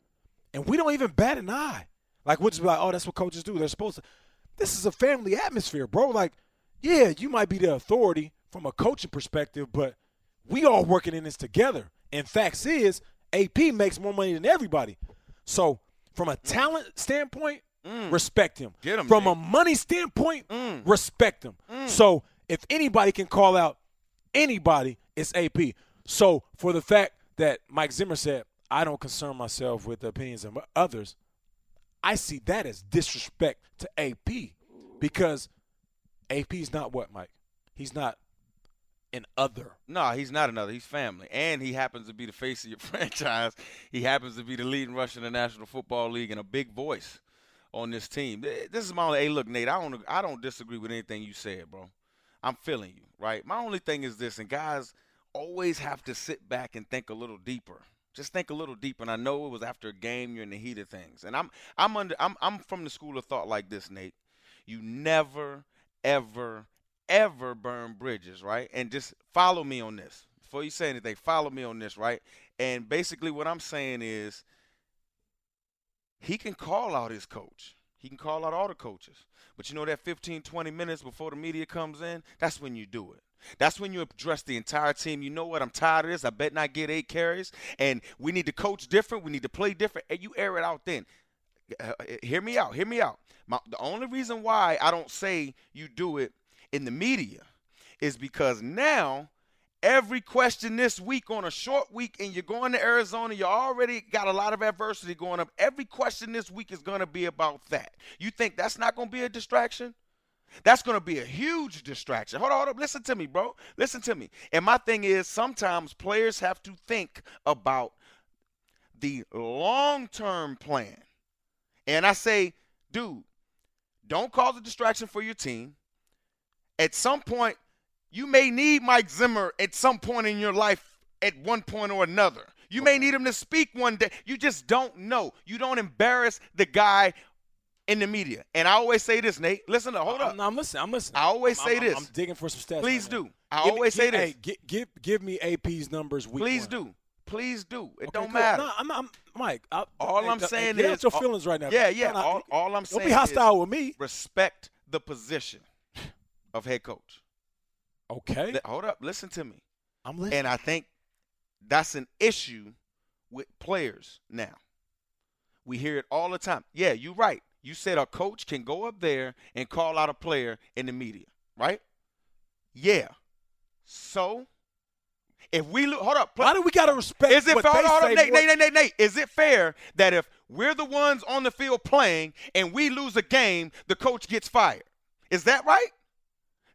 [SPEAKER 2] and we don't even bat an eye. Like, we'll just be like, oh, that's what coaches do. They're supposed to. This is a family atmosphere, bro. Like, yeah, you might be the authority from a coaching perspective, but we all working in this together. And facts is, AP makes more money than everybody. So, from a talent standpoint, respect him.
[SPEAKER 1] Mm. Get him,
[SPEAKER 2] from
[SPEAKER 1] Nick. Mm.
[SPEAKER 2] a money standpoint, respect him. So, if anybody can call out anybody, it's AP. So for the fact that Mike Zimmer said, I don't concern myself with the opinions of others, I see that as disrespect to AP because AP is not what, Mike? He's not an other.
[SPEAKER 1] No, he's not another. He's family. And he happens to be the face of your franchise. He happens to be the leading rusher in the National Football League and a big voice on this team. Th- This is my only hey, look, Nate, I don't I don't disagree with anything you said, bro. I'm feeling you, right? My only thing is this, and guys always have to sit back and think a little deeper. Just think a little deeper. And I know it was after a game, you're in the heat of things. And I'm I'm under I'm I'm from the school of thought like this, Nate. You never, ever, ever burn bridges, right? And just follow me on this. Before you say anything, follow me on this, right? And basically, what I'm saying is he can call out his coach. He can call out all the coaches. But you know that 15, 20 minutes before the media comes in, that's when you do it. That's when you address the entire team. You know what? I'm tired of this. I bet not get eight carries. And we need to coach different. We need to play different. And you air it out then uh, hear me out. Hear me out. My, the only reason why I don't say you do it in the media is because now every question this week on a short week, and you're going to Arizona, you already got a lot of adversity going up. Every question this week is going to be about that. You think that's not going to be a distraction? That's going to be a huge distraction. Hold on, hold up. Listen to me, bro. Listen to me. And my thing is, sometimes players have to think about the long term plan. And I say, dude, don't cause a distraction for your team. At some point, you may need Mike Zimmer at some point in your life, at one point or another. You may need him to speak one day. You just don't know. You don't embarrass the guy in the media. And I always say this, Nate. Listen up. Hold
[SPEAKER 2] I'm,
[SPEAKER 1] up.
[SPEAKER 2] no, I'm listening. I'm listening.
[SPEAKER 1] I always
[SPEAKER 2] I'm-
[SPEAKER 1] say
[SPEAKER 2] I'm-
[SPEAKER 1] this.
[SPEAKER 2] I'm digging for some stats.
[SPEAKER 1] Please
[SPEAKER 2] right now.
[SPEAKER 1] do. I
[SPEAKER 2] Give me-
[SPEAKER 1] always say
[SPEAKER 2] give-
[SPEAKER 1] this.
[SPEAKER 2] Hey, gi- give, give me AP's numbers. Week
[SPEAKER 1] Please
[SPEAKER 2] one.
[SPEAKER 1] do. Please do. It
[SPEAKER 2] Okay,
[SPEAKER 1] don't
[SPEAKER 2] good.
[SPEAKER 1] matter.
[SPEAKER 2] No, I'm, I'm Mike. I,
[SPEAKER 1] All
[SPEAKER 2] hey,
[SPEAKER 1] I'm
[SPEAKER 2] hey,
[SPEAKER 1] saying
[SPEAKER 2] get out
[SPEAKER 1] is-
[SPEAKER 2] your feelings right now.
[SPEAKER 1] Yeah, yeah.
[SPEAKER 2] No, no,
[SPEAKER 1] all, all I'm
[SPEAKER 2] don't
[SPEAKER 1] saying
[SPEAKER 2] be hostile
[SPEAKER 1] is
[SPEAKER 2] with me.
[SPEAKER 1] respect the position of head coach.
[SPEAKER 2] Okay,
[SPEAKER 1] Th- Hold up. Listen to me.
[SPEAKER 2] I'm listening.
[SPEAKER 1] And I think that's an issue with players now. We hear it all the time. Yeah, you're right. You said a coach can go up there and call out a player in the media, right? Yeah. So if we look, hold up.
[SPEAKER 2] Why do we gotta respect?
[SPEAKER 1] Is it
[SPEAKER 2] what
[SPEAKER 1] fair?
[SPEAKER 2] they
[SPEAKER 1] Hold
[SPEAKER 2] say
[SPEAKER 1] on, Nate,
[SPEAKER 2] more-
[SPEAKER 1] Nate, Nate, Nate, Nate. Is it fair that if we're the ones on the field playing and we lose a game, the coach gets fired? Is that right?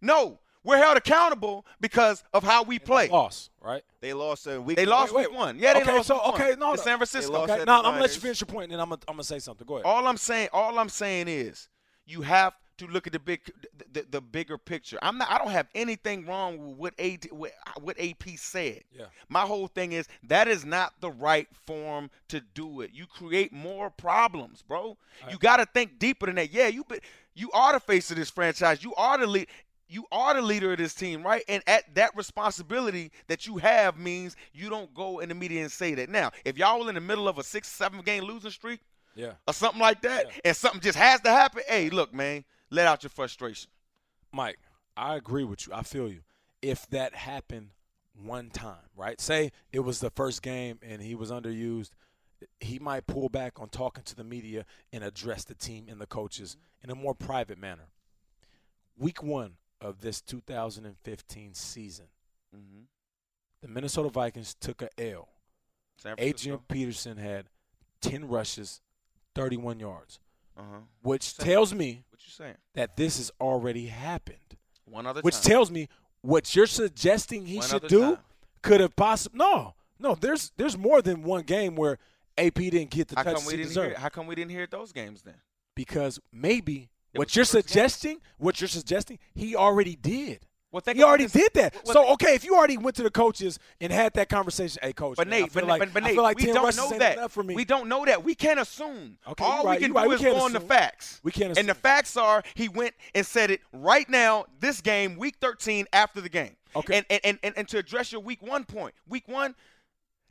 [SPEAKER 1] No, we're held accountable because of how we play.
[SPEAKER 2] Loss, right?
[SPEAKER 4] They lost in week
[SPEAKER 1] They lost
[SPEAKER 2] Wait, wait.
[SPEAKER 1] week one. Yeah, they
[SPEAKER 2] okay,
[SPEAKER 1] lost.
[SPEAKER 2] so
[SPEAKER 1] week one.
[SPEAKER 2] okay, no,
[SPEAKER 1] to
[SPEAKER 2] no.
[SPEAKER 1] San Francisco.
[SPEAKER 4] lost
[SPEAKER 2] Okay,
[SPEAKER 4] at
[SPEAKER 2] no,
[SPEAKER 4] the
[SPEAKER 2] I'm gonna let you
[SPEAKER 4] Niners.
[SPEAKER 2] finish your point, and then I'm gonna, I'm gonna say something. Go ahead.
[SPEAKER 1] All I'm saying, all I'm saying is, you have to look at the big, the, the, the bigger picture. I'm not. I don't have anything wrong with what AD, what, what AP said.
[SPEAKER 2] Yeah.
[SPEAKER 1] My whole thing is that is not the right form to do it. You create more problems, bro. You got to think deeper than that. Yeah, you but you are the face of this franchise. You are the lead. you are the leader of this team, right? And at that responsibility that you have means you don't go in the media and say that. Now, if y'all were in the middle of a six, seven game losing streak
[SPEAKER 2] Yeah.
[SPEAKER 1] or something like that, and something just has to happen, hey, look, man, let out your frustration.
[SPEAKER 2] Mike, I agree with you. I feel you. If that happened one time, right? Say it was the first game and he was underused, he might pull back on talking to the media and address the team and the coaches in a more private manner. Week one of this 2015 season,
[SPEAKER 1] Mm-hmm.
[SPEAKER 2] the Minnesota Vikings took a L.
[SPEAKER 1] San
[SPEAKER 2] Adrian Peterson had 10 rushes, 31 yards,
[SPEAKER 1] Uh-huh.
[SPEAKER 2] which
[SPEAKER 1] Same.
[SPEAKER 2] tells me
[SPEAKER 1] What you saying?
[SPEAKER 2] that this has already happened.
[SPEAKER 1] One other
[SPEAKER 2] which
[SPEAKER 1] time.
[SPEAKER 2] tells me what you're suggesting he
[SPEAKER 1] One
[SPEAKER 2] should
[SPEAKER 1] other
[SPEAKER 2] do
[SPEAKER 1] time.
[SPEAKER 2] could have possibly no no there's there's more than one game where AP didn't get the
[SPEAKER 1] how
[SPEAKER 2] touch
[SPEAKER 1] come we
[SPEAKER 2] he
[SPEAKER 1] didn't hear?
[SPEAKER 2] deserved
[SPEAKER 1] How come we didn't hear those games then?
[SPEAKER 2] because maybe
[SPEAKER 1] It was
[SPEAKER 2] what you're
[SPEAKER 1] the first game.
[SPEAKER 2] suggesting what you're suggesting he already did
[SPEAKER 1] Well, think
[SPEAKER 2] he
[SPEAKER 1] about
[SPEAKER 2] already
[SPEAKER 1] this.
[SPEAKER 2] did that
[SPEAKER 1] Well,
[SPEAKER 2] so okay if you already went to the coaches and had that conversation hey coach
[SPEAKER 1] But
[SPEAKER 2] man, I
[SPEAKER 1] Nate,
[SPEAKER 2] feel
[SPEAKER 1] but,
[SPEAKER 2] like,
[SPEAKER 1] but, but
[SPEAKER 2] I
[SPEAKER 1] Nate,
[SPEAKER 2] feel like
[SPEAKER 1] we
[SPEAKER 2] 10
[SPEAKER 1] don't
[SPEAKER 2] rushes
[SPEAKER 1] know
[SPEAKER 2] ain't
[SPEAKER 1] that.
[SPEAKER 2] enough for me
[SPEAKER 1] We don't know that. We can't assume.
[SPEAKER 2] Okay,
[SPEAKER 1] All
[SPEAKER 2] you right,
[SPEAKER 1] we can
[SPEAKER 2] you
[SPEAKER 1] do
[SPEAKER 2] right, we
[SPEAKER 1] is
[SPEAKER 2] can't
[SPEAKER 1] go on the
[SPEAKER 2] assume.
[SPEAKER 1] facts.
[SPEAKER 2] We can't
[SPEAKER 1] And the
[SPEAKER 2] assume.
[SPEAKER 1] facts are he went and said it right now, this game, week 13, after the game.
[SPEAKER 2] Okay.
[SPEAKER 1] And and, and, and, and to address your week one point, week one,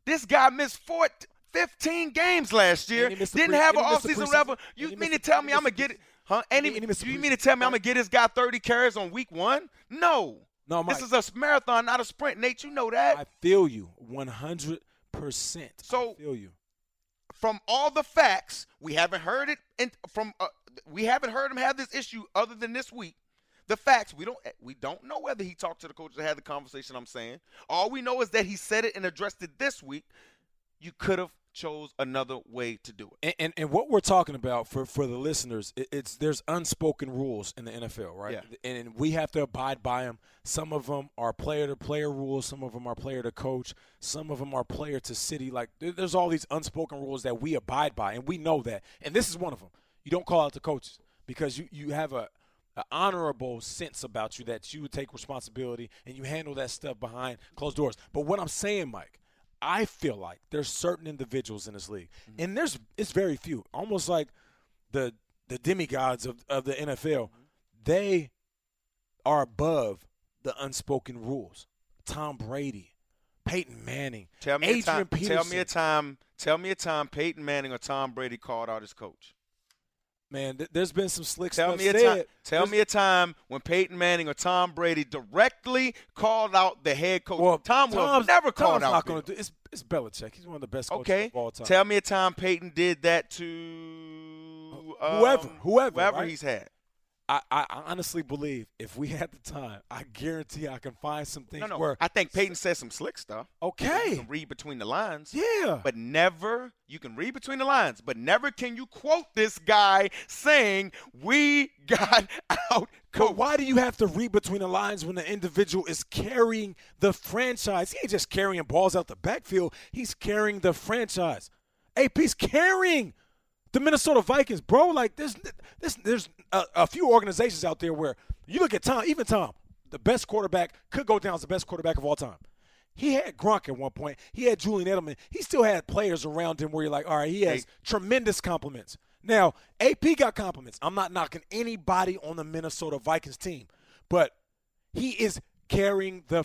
[SPEAKER 1] this guy missed four, 15 games last year.
[SPEAKER 2] he missed the
[SPEAKER 1] Didn't
[SPEAKER 2] pre-
[SPEAKER 1] have
[SPEAKER 2] and
[SPEAKER 1] an
[SPEAKER 2] he missed the
[SPEAKER 1] offseason
[SPEAKER 2] preseason.
[SPEAKER 1] whatever.
[SPEAKER 2] And
[SPEAKER 1] You
[SPEAKER 2] he
[SPEAKER 1] mean to
[SPEAKER 2] missed the-
[SPEAKER 1] tell
[SPEAKER 2] and
[SPEAKER 1] me
[SPEAKER 2] he
[SPEAKER 1] I'm going
[SPEAKER 2] missed
[SPEAKER 1] to get
[SPEAKER 2] the
[SPEAKER 1] it? Huh? And
[SPEAKER 2] And
[SPEAKER 1] he,
[SPEAKER 2] he- and he missed
[SPEAKER 1] do
[SPEAKER 2] the
[SPEAKER 1] you mean to
[SPEAKER 2] preseason,
[SPEAKER 1] tell me I'm going
[SPEAKER 2] right?
[SPEAKER 1] to get this guy 30 carries on week one? No.
[SPEAKER 2] no Mike,
[SPEAKER 1] This is a marathon, not a sprint. Nate, you know that.
[SPEAKER 2] Oh, I feel you 100 percent
[SPEAKER 1] So-
[SPEAKER 2] I feel you
[SPEAKER 1] from all the facts, we haven't heard it, and from uh, we haven't heard him have this issue other than this week. The facts we don't eh, we don't know whether he talked to the coaches or had the conversation. I'm saying all we know is that he said it and addressed it this week. You could have chose another way to do it.
[SPEAKER 2] and, and and what we're talking about for for the listeners, it, it's there's unspoken rules in the NFL, right?
[SPEAKER 1] Yeah.
[SPEAKER 2] And, and we have to abide by them. Some of them are player to player rules. Some of them are player to coach. Some of them are player to city. Like there- there's all these unspoken rules that we abide by, and we know that. And this is one of them. You don't call out the coaches because you you have a an honorable sense about you that you take responsibility and you handle that stuff behind closed doors. But what I'm saying, Mike, I feel like there's certain individuals in this league,
[SPEAKER 1] Mm-hmm.
[SPEAKER 2] and there's it's very few, almost like the the demigods of, of the NFL.
[SPEAKER 1] Mm-hmm.
[SPEAKER 2] They are above the unspoken rules. Tom Brady, Peyton Manning,
[SPEAKER 1] Tell me
[SPEAKER 2] Adrian
[SPEAKER 1] a time.
[SPEAKER 2] Peterson.
[SPEAKER 1] Tell me a time. Tell me a time Peyton Manning or Tom Brady called out his coach.
[SPEAKER 2] Man, th- there's been some slick
[SPEAKER 1] Tell
[SPEAKER 2] stuff
[SPEAKER 1] me a
[SPEAKER 2] said.
[SPEAKER 1] time. Tell
[SPEAKER 2] There's-
[SPEAKER 1] me a time when Peyton Manning or Tom Brady directly called out the head coach.
[SPEAKER 2] Well,
[SPEAKER 1] Tom will
[SPEAKER 2] Tom's-
[SPEAKER 1] never call
[SPEAKER 2] Tom's
[SPEAKER 1] out.
[SPEAKER 2] Not
[SPEAKER 1] Bill.
[SPEAKER 2] gonna do, it's, it's Belichick. He's one of the best coaches
[SPEAKER 1] Okay.
[SPEAKER 2] of all time.
[SPEAKER 1] Tell me a time Peyton did that to um,
[SPEAKER 2] Whoever, whoever,
[SPEAKER 1] whoever
[SPEAKER 2] right?
[SPEAKER 1] he's had.
[SPEAKER 2] I, I I honestly believe if we had the time, I guarantee I can find some things
[SPEAKER 1] No, no.
[SPEAKER 2] where
[SPEAKER 1] I think Peyton said some slick stuff. You
[SPEAKER 2] okay,
[SPEAKER 1] can read between the lines.
[SPEAKER 2] yeah,
[SPEAKER 1] But never, you can read between the lines, but never can you quote this guy saying, We got out
[SPEAKER 2] But
[SPEAKER 1] coach.
[SPEAKER 2] why do you have to read between the lines when the individual is carrying the franchise? He ain't just carrying balls out the backfield. He's carrying the franchise. AP's carrying the Minnesota Vikings, bro. Like there's this, there's a, a few organizations out there where you look at Tom, even Tom, the best quarterback could go down as the best quarterback of all time. He had Gronk at one point. He had Julian Edelman. He still had players around him where you're like, all right, he has
[SPEAKER 1] Hey.
[SPEAKER 2] tremendous compliments. Now, AP got compliments. I'm not knocking anybody on the Minnesota Vikings team, but he is carrying the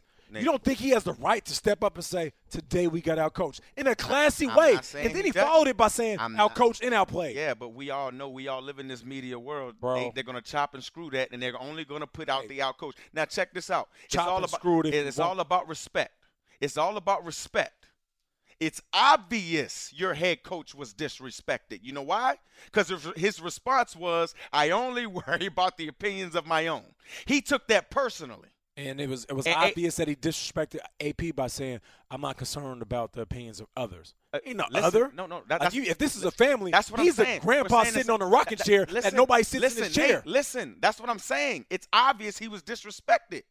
[SPEAKER 1] Nate, Nate.
[SPEAKER 2] You don't think he has the right to step up and say, "Today we got our coach" in a classy
[SPEAKER 1] I'm
[SPEAKER 2] way,
[SPEAKER 1] not saying
[SPEAKER 2] and then
[SPEAKER 1] he
[SPEAKER 2] he
[SPEAKER 1] doesn't.
[SPEAKER 2] followed it by saying,
[SPEAKER 1] I'm
[SPEAKER 2] "Our
[SPEAKER 1] not-
[SPEAKER 2] coach and our play."
[SPEAKER 1] Yeah, but we all know we all live in this media world.
[SPEAKER 2] Bro.
[SPEAKER 1] They, are gonna chop and screw that, and they're only gonna put out the out coach. Now check this out. It's
[SPEAKER 2] Chop
[SPEAKER 1] all
[SPEAKER 2] and
[SPEAKER 1] about
[SPEAKER 2] screw it if you
[SPEAKER 1] it's
[SPEAKER 2] want.
[SPEAKER 1] all about respect. It's all about respect. It's obvious your head coach was disrespected. You know why? Because his response was, "I only worry about the opinions of my own." He took that personally.
[SPEAKER 2] And it was it was
[SPEAKER 1] And A-
[SPEAKER 2] obvious that he disrespected AP by saying, "I'm not concerned about the opinions of others."
[SPEAKER 1] Uh,
[SPEAKER 2] You know,
[SPEAKER 1] listen,
[SPEAKER 2] other.
[SPEAKER 1] no, no, that-
[SPEAKER 2] Like,
[SPEAKER 1] that's-
[SPEAKER 2] you- if this is a family,
[SPEAKER 1] That's what
[SPEAKER 2] he's
[SPEAKER 1] I'm saying.
[SPEAKER 2] a grandpa
[SPEAKER 1] We're saying
[SPEAKER 2] sitting
[SPEAKER 1] this-
[SPEAKER 2] on a rocking
[SPEAKER 1] that-
[SPEAKER 2] chair that
[SPEAKER 1] listen,
[SPEAKER 2] nobody sits
[SPEAKER 1] listen,
[SPEAKER 2] in his chair.
[SPEAKER 1] Nate, listen, that's what I'm saying. It's obvious he was disrespected.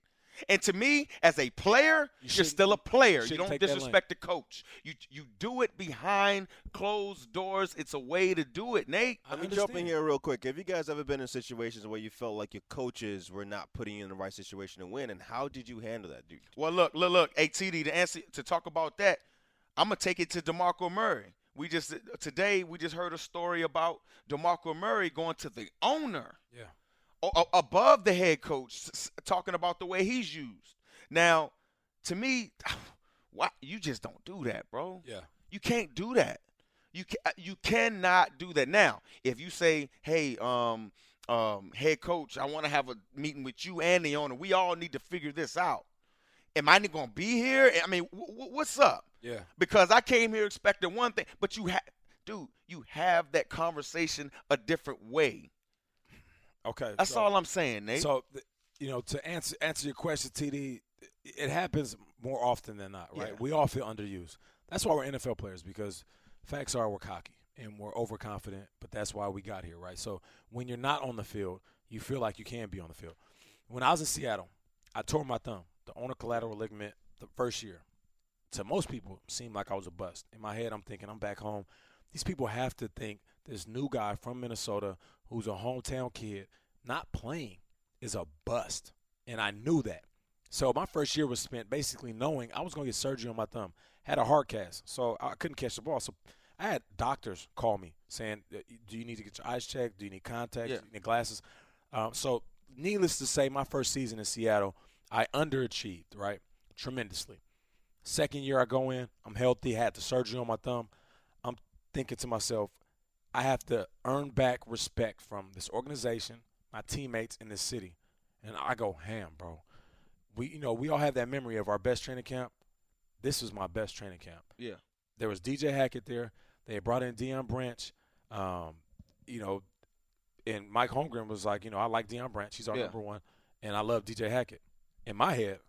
[SPEAKER 1] And to me, as a player,
[SPEAKER 2] You
[SPEAKER 1] you are
[SPEAKER 2] shouldn't-
[SPEAKER 1] still a player. You
[SPEAKER 2] shouldn't
[SPEAKER 1] don't
[SPEAKER 2] take that lane.
[SPEAKER 1] disrespect the coach. You you do it behind closed doors. It's a way to do it, Nate.
[SPEAKER 2] I
[SPEAKER 4] Let me jump in
[SPEAKER 2] understand.
[SPEAKER 4] here real quick. Have you guys ever been in situations where you felt like your coaches were not putting you in the right situation to win, and how did you handle that, dude?
[SPEAKER 1] Well, look, look, look, ATD. To answer to talk about that, I'm gonna take it to Demarco Murray. We just today we just heard a story about Demarco Murray going to the owner
[SPEAKER 2] Yeah.
[SPEAKER 1] o- o- above the head coach s- s- talking about the way he's used. Now, to me, why you just don't do that, bro?
[SPEAKER 2] Yeah.
[SPEAKER 1] You can't do that. You ca- uh, you cannot do that. Now, if you say, "Hey, um, um, head coach, I want to have a meeting with you and the owner. We all need to figure this out. Am I going to be here? I mean, wh- wh- what's up?
[SPEAKER 2] Yeah.
[SPEAKER 1] Because I came here expecting one thing, but you have, dude, you have that conversation a different way.
[SPEAKER 2] Okay.
[SPEAKER 1] That's
[SPEAKER 2] so-
[SPEAKER 1] all I'm saying, Nate.
[SPEAKER 2] So, th- you know, to answer answer your question, TD, it happens more often than not, right?
[SPEAKER 1] Yeah.
[SPEAKER 2] We all feel underused. That's why we're NFL players because facts are we're cocky and we're overconfident, but that's why we got here, right? So when you're not on the field, you feel like you can be on the field. When I was in Seattle, I tore my thumb, the ulnar collateral ligament, the first year. To most people, seemed like I was a bust. In my head, I'm thinking I'm back home. These people have to think this new guy from Minnesota, who's a hometown kid, not playing is a bust. And I knew that. So my first year was spent basically knowing I was going to get surgery on my thumb. Had a hard cast, so I couldn't catch the ball. So I had doctors call me saying, "Uh, "Do you need to get your eyes checked? Do you need contacts?
[SPEAKER 1] Yeah.
[SPEAKER 2] Do you need glasses?" Um, so, needless to say, my first season in Seattle, I underachieved right tremendously. Second year I go in, I'm healthy. Had the surgery on my thumb. I'm thinking to myself, I have to earn back respect from this organization, my teammates in this city. And I go ham, bro. We you know, we all have that memory of our best training camp. This was my best training camp.
[SPEAKER 1] Yeah.
[SPEAKER 2] There was DJ Hackett there. They had brought in Deion Branch. Um, you know, and Mike Holmgren was like, you know, I like Deion Branch. He's our
[SPEAKER 1] Yeah.
[SPEAKER 2] number one. And I love DJ Hackett. In my head,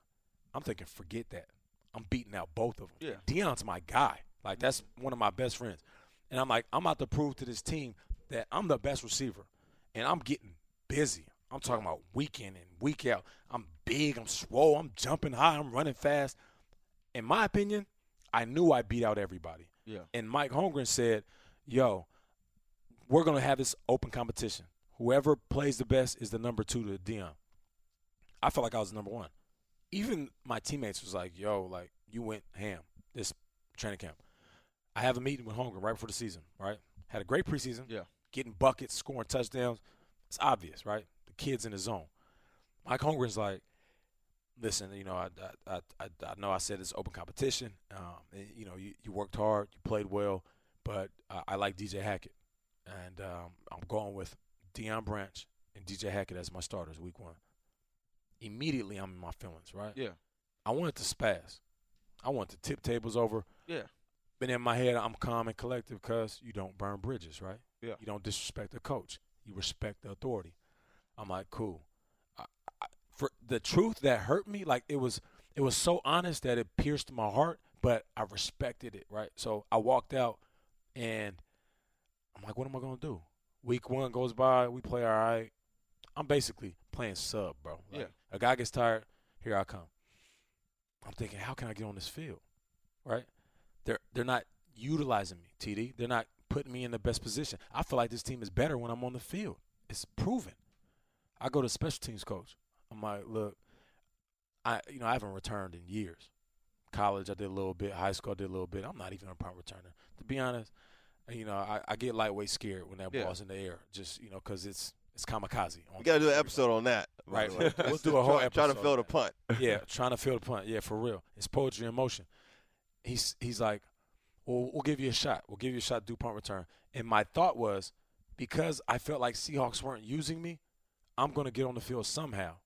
[SPEAKER 2] I'm thinking, forget that. I'm beating out both of them.
[SPEAKER 1] Yeah.
[SPEAKER 2] Deion's my guy. Like that's one of my best friends. And I'm like, I'm out to prove to this team that I'm the best receiver. And I'm getting busy. I'm talking about week in and week out. I'm big, I'm swole, I'm jumping high, I'm running fast. In my opinion, I knew I beat out everybody.
[SPEAKER 1] Yeah.
[SPEAKER 2] And Mike Holmgren said, Yo, we're gonna have this open competition. Whoever plays the best is the number two to Dion. I felt like I was number one. Even my teammates was like, "Yo, like you went ham this training camp." I have a meeting with Holmgren right before the season. Right, had a great preseason.
[SPEAKER 1] Yeah.
[SPEAKER 2] getting buckets, scoring touchdowns. It's obvious, right? The kid's in the zone. Mike Holmgren's like, "Listen, you know, I I, I, I I know I said it's open competition. Um, eh, you know, you, you worked hard, you played well, but I, I like DJ Hackett, and um, I'm going with Deion Branch and DJ Hackett as my starters week one." immediately I'm in my feelings, right?
[SPEAKER 1] Yeah.
[SPEAKER 2] I wanted to spaz. I want to tip tables over.
[SPEAKER 1] Yeah.
[SPEAKER 2] But in my head, I'm calm and collective because you don't burn bridges, right?
[SPEAKER 1] Yeah.
[SPEAKER 2] You don't disrespect the coach. You respect the authority. I'm like, cool. I, I, for the truth that hurt me, like it was, it was so honest that it pierced my heart, but I respected it, right? So I walked out, and I'm like, what am I gonna do? Week one goes by, we play all right. I'm basically playing sub, bro. Like,
[SPEAKER 1] Yeah.
[SPEAKER 2] A guy gets tired, here I come. I'm thinking, how can I get on this field, right? They're they're not utilizing me, TD. They're not putting me in the best position. I feel like this team is better when I'm on the field. It's proven. I go to special teams coach. I'm like, look, I you know I haven't returned in years. College I did a little bit, high school I did a little bit. I'm not even a punt returner. To be honest, you know I, I get lightweight scared when that
[SPEAKER 1] Yeah.
[SPEAKER 2] ball's in the air, just you know because it's it's kamikaze. on-
[SPEAKER 4] We gotta do an episode on that. by
[SPEAKER 2] Right.
[SPEAKER 4] the way.
[SPEAKER 2] We'll
[SPEAKER 4] Just
[SPEAKER 2] do a whole
[SPEAKER 4] try, Try to
[SPEAKER 2] episode
[SPEAKER 4] fill
[SPEAKER 2] on
[SPEAKER 4] the
[SPEAKER 2] that.
[SPEAKER 4] punt.
[SPEAKER 2] yeah, trying to feel the punt. Yeah, for real. It's poetry in motion. He's he's like, well, we'll give you a shot. We'll give you a shot. Do punt return. And my thought was, because I felt like Seahawks weren't using me, I'm going to get on the field somehow,